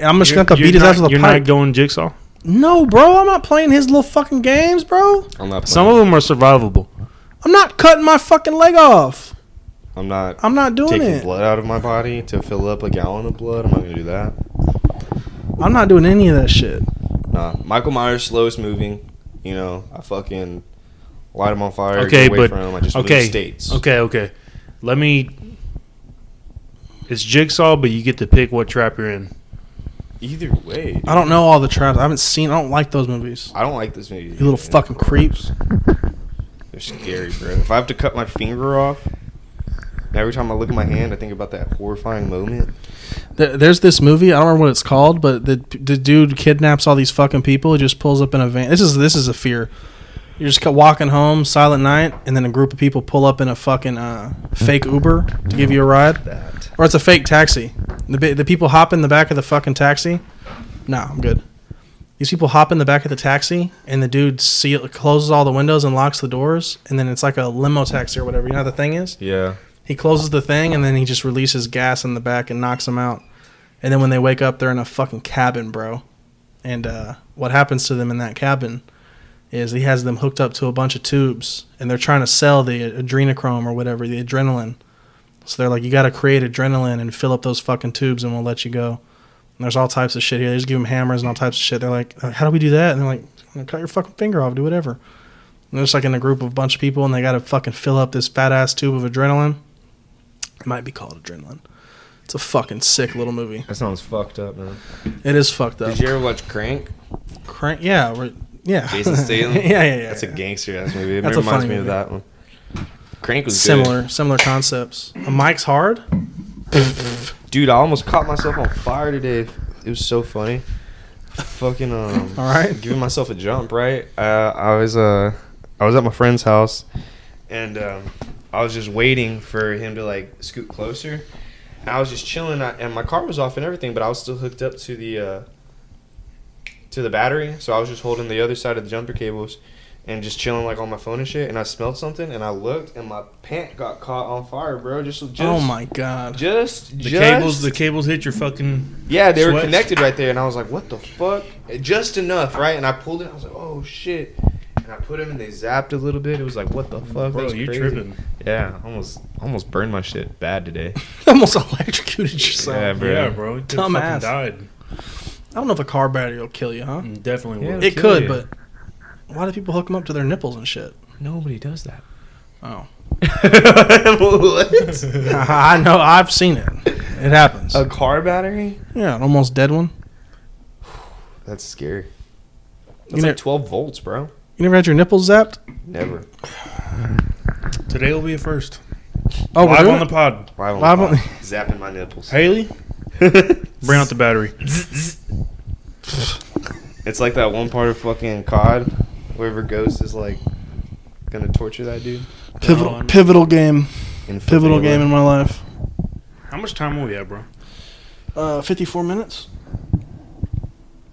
I'm just You're- gonna go you're beat his not- ass with a You're pipe. not going jigsaw. no, bro, I'm not playing his little fucking games, bro. I'm not. Playing. Some of them are survivable. I'm not cutting my fucking leg off. I'm not I'm not doing taking it. blood out of my body to fill up a gallon of blood. I'm not gonna do that. I'm not doing any of that shit. Nah. Michael Myers slowest moving. You know, I fucking light him on fire. Okay, get away but- from him. I just okay, move states. Okay, okay. Let me. It's jigsaw, but you get to pick what trap you're in. Either way, dude, I don't know all the traps. I haven't seen. I don't like those movies. I don't like this movie. You little dude. fucking creeps. They're scary, bro. If I have to cut my finger off, and every time I look at my hand, I think about that horrifying moment. There, there's this movie. I don't remember what it's called, but the the dude kidnaps all these fucking people. He just pulls up in a van. This is this is a fear. You're just ca- walking home, silent night, and then a group of people pull up in a fucking uh, fake Uber to give you a ride, That. or it's a fake taxi. The bi- the people hop in the back of the fucking taxi. Nah, I'm good. These people hop in the back of the taxi, and the dude seal closes all the windows and locks the doors, and then it's like a limo taxi or whatever. You know how the thing is. Yeah. He closes the thing and then he just releases gas in the back and knocks them out. And then when they wake up, they're in a fucking cabin, bro. And uh, what happens to them in that cabin is he has them hooked up to a bunch of tubes and they're trying to sell the adrenochrome or whatever, the adrenaline. So they're like, you got to create adrenaline and fill up those fucking tubes and we'll let you go. And there's all types of shit here. They just give them hammers and all types of shit. They're like, how do we do that? And they're like, cut your fucking finger off, do whatever. And they're just like in a group of a bunch of people and they got to fucking fill up this fat ass tube of adrenaline. It might be called Adrenaline. It's a fucking sick little movie. That sounds fucked up, man. It is fucked up. Did you ever watch Crank? Crank? Yeah, we're, yeah. Jason Statham? yeah, yeah, yeah. That's yeah. a gangster ass movie. It That's a reminds me funny of movie. that one. Crank was Similar, similar concepts. A Mike's Hard. good. Dude, I almost caught myself on fire today. It was so funny. Fucking um All right. giving myself a jump, right? Uh, I was uh I was at my friend's house and um, I was just waiting for him to like scoot closer. And I was just chilling I, and my car was off and everything, but I was still hooked up to the uh to the battery, so I was just holding the other side of the jumper cables and just chilling like on my phone and shit and I smelled something and I looked and my pant got caught on fire, bro. Just just oh my god. just The just- cables, the cables hit your fucking. yeah, they were Sweats. connected right there, and I was like, "What the fuck?" Just enough, right? And I pulled it. I was like, "Oh shit!" And I put them, and they zapped a little bit. It was like, "What the fuck?" That Bro, was you crazy. tripping? Yeah, almost almost burned my shit bad today. Almost electrocuted yourself. yeah, bro. Yeah, bro. You could've Dumbass. fucking died. I don't know if a car battery will kill you, huh? Mm, Definitely Yeah. would. It kill could, you. but why do people hook them up to their nipples and shit? Nobody does that. Oh. what? I know. I've seen it. It happens. A car battery? Yeah, an almost dead one. That's scary. That's You, like ne- twelve volts, bro. you never had your nipples zapped? Never. Today will be a first. Oh, we're Live doing on the it? pod. Live on, Live the on- pod. zapping my nipples. Haley, bring out the battery. It's like that one part of fucking COD. Whoever goes is like gonna torture that dude. pivotal, pivotal game. In Pivotal Vanilla. game in my life. How much time will we have, bro? Uh, 54 minutes.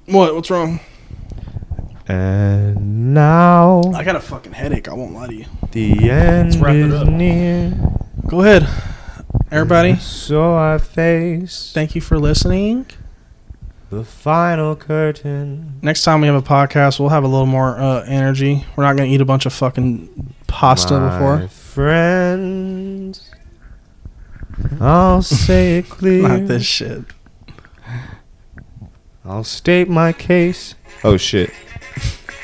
What? What's wrong? And now I got a fucking headache. I won't lie to you. the end wrap it up. near. Go ahead, everybody. So I face Thank you for listening. the final curtain. Next time we have a podcast, we'll have a little more uh, energy. We're not gonna eat a bunch of fucking pasta My before. friends. I'll say it clear. Not this shit. I'll state my case. Oh shit.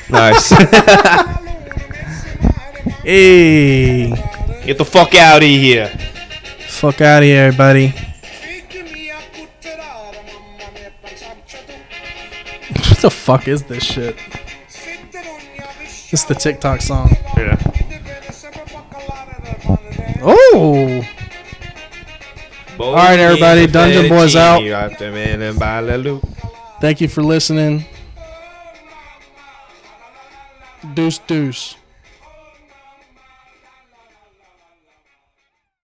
Nice. Hey, Get the fuck out of here. fuck out of here, everybody. What the fuck is this shit? It's the TikTok song. Yeah. Oh, All right, everybody, Dungeon Boys out. thank you for listening. Deuce, deuce.